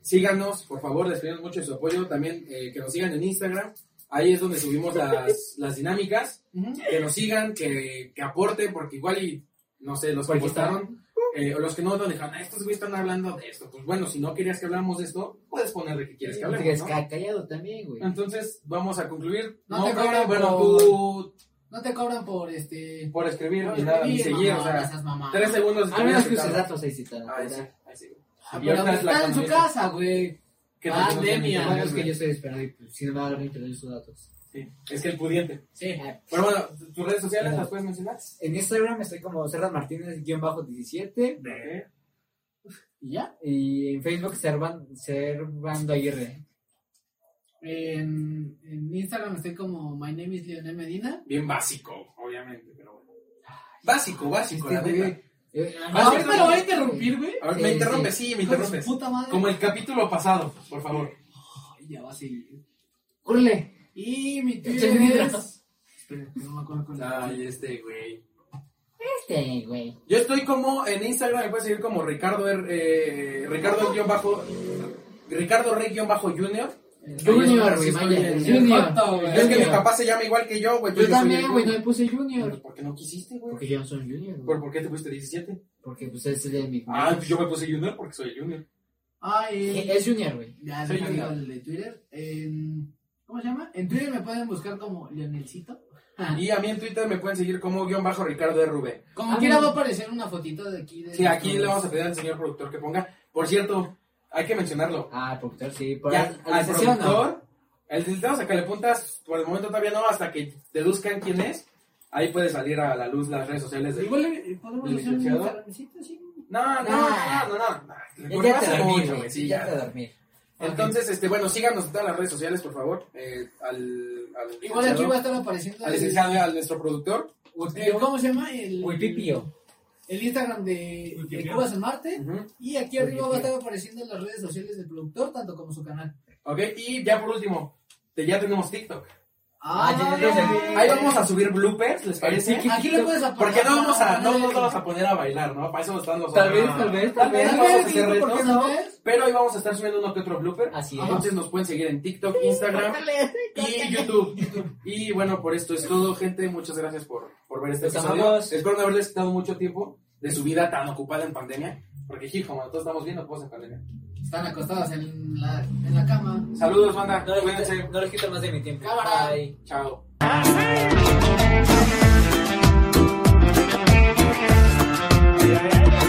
C: Síganos, por favor, les pedimos mucho su apoyo. También eh, que nos sigan en Instagram. Ahí es donde subimos las, las dinámicas.
A: Ujú.
C: que nos sigan, que, que aporten, porque igual y, no sé, los que
B: Porque está-
C: votaron, eh, o los que no votaron, dijeron, "Ah, estos güeyes están hablando de esto. Pues bueno, si no querías que habláramos de esto, puedes poner de que quieres que hablemos,
B: Tienes
C: ¿no?
B: callado también, güey.
C: Entonces, vamos a concluir.
A: No
C: No,
A: te
C: cobran,
A: cobran
C: bueno,
A: por-
C: tú
A: No te cobran por este.
C: por escribir
A: por
C: ni nada, ni
A: escribir,
C: seguir,
A: mamá,
C: o
A: no
C: sea,
A: seas mamá.
C: tres segundos. de
B: Al menos Ah, que
C: escribir,
B: uses
C: ¿verdad?
B: datos ahí citados.
C: Ahí sí,
B: ¿verdad?
C: ahí sí, güey.
A: Ah,
C: Y
A: pero
C: ahorita es la
A: está en su
C: pandemia.
A: casa, güey.
C: Que te
B: Ah,
C: tenemos en
B: pandemia.
C: el
B: Bueno,
C: internet,
B: es que
C: güey.
B: yo estoy esperando y
A: pues,
B: si no me va a dar mucho sus datos.
C: Sí, es que el pudiente.
A: Sí.
C: Pero bueno, tus redes sociales
B: Claro.
C: las puedes mencionar.
B: En Instagram estoy como Serrat Martínez-17
C: Ok.
A: ¿Y ya?
B: y en Facebook Servan, Servando Aguirre.
A: En, en Instagram estoy como My name is Leonel Medina.
C: Bien básico, obviamente, pero bueno. Básico, básico, la
B: Este,
C: neta.
B: güey. Eh,
C: Ah,
A: Ahorita
C: sí,
A: lo voy a interrumpir, güey.
C: A ver,
B: Sí,
C: me
B: sí.
C: interrumpes, sí, me
A: Hijo de su
C: interrumpes.
A: Puta madre.
C: Como el capítulo pasado, por favor.
A: Ay, ya va a seguir.
B: ¡Curle!
A: Y mi
B: Echen
A: Twitter es.
B: mierdas.
A: Espera, que no me acuerdo con
C: Ay, este güey.
B: Este, güey.
C: Yo estoy como en Instagram, me puedes seguir como Ricardo R, eh, Ricardo guión bajo Ricardo Rey guión bajo Junior.
B: Junior,
C: sí
B: güey,
C: estoy
B: vaya.
C: en-
B: Junior.
A: Joto, güey.
C: Es que mi
B: Junior.
C: papá se llama igual que yo, güey.
B: Yo
C: soy
B: también,
C: el
B: güey, no
C: Junior.
B: me puse
C: Pues,
B: Junior.
C: ¿Por qué no quisiste, güey?
B: Porque yo no soy Junior,
C: ¿Por,
B: güey.
C: por qué te pusiste 17?
B: Porque pues ese es de mi...
C: Ah, pues yo me puse Junior porque soy Junior.
A: Ay. eh,
B: Es Junior, güey.
A: Ya
C: Soy
A: se me olvidó
C: Junior.
A: el de Twitter. En- ¿Cómo se llama? En Twitter me pueden buscar como Leonelcito.
C: Y a mí en Twitter me pueden seguir como guión bajo Ricardo RV.
A: Como
B: Ah,
A: quiera
B: no.
A: va a aparecer una fotito de aquí. De
C: Sí, aquí le vamos a pedir al señor productor que ponga. Por cierto, hay que mencionarlo.
B: Ah, el productor, sí. Por
C: Ya,
B: a la
C: al
B: sesión, ¿no?
C: productor, el dictado saca le puntas, por el momento todavía no, hasta que deduzcan quién es. Ahí puede salir a la luz las redes sociales de.
A: Igual eh, podemos
C: ¿El
A: hacer un
C: licenciado?
A: Instagramcito, sí.
C: No, no,
B: Ah.
C: no, no, no. no.
B: Ya,
C: Porque
B: te
C: pasa
B: dormí,
C: mucho,
B: güey.
C: güey, sí,
B: ya te
C: ya.
B: dormí.
C: Entonces, este, bueno, síganos en todas las redes sociales, por favor. eh, al, al
A: Igual aquí
C: licenciado-
A: va a estar apareciendo.
C: al
A: el-
C: licenciado, al nuestro productor.
A: eh, ¿Cómo se llama? El,
B: Wipipio.
A: el Instagram de,
E: Uy,
A: de
E: pipio.
A: Cubas en Marte.
C: Ujú.
A: Y aquí
B: Uy,
A: arriba va a
B: pipio.
A: estar apareciendo las redes sociales del productor, tanto como su canal.
C: Ok, y ya por último, te- ya tenemos TikTok.
B: Ah, ya, ya, ya.
C: Ahí vamos a subir bloopers, ¿les
B: Sí,
C: parece?
B: que-
A: Aquí le puedes aportar.
C: Porque no vamos a, no nos vamos a poner a bailar, ¿no? Para eso están los
B: Tal vez,
C: otros.
B: tal vez,
C: Tal
B: tal
C: vez,
B: vez.
A: Tal
C: vamos a
A: vez,
C: hacer
A: digo, ¿por qué
C: retos,
A: no
C: ¿no?
A: ves?
C: Pero hoy vamos a estar subiendo uno que otro blooper.
B: Así es.
C: Entonces nos pueden seguir en TikTok, Instagram y YouTube. Y bueno, por esto es todo, gente. Muchas gracias por, por ver este
B: Los
C: episodio.
B: amamos.
C: Espero no haberles quitado mucho tiempo de su vida tan ocupada pues, en pandemia. Porque, hijo, mano, todos estamos viendo cosas en pandemia.
A: Están acostadas en la, en la cama.
C: Saludos, banda.
B: No les
C: Cuídense.
B: quito, no les quito más de mi tiempo.
A: Cámara.
B: Bye.
C: Chao.
D: ay, ay.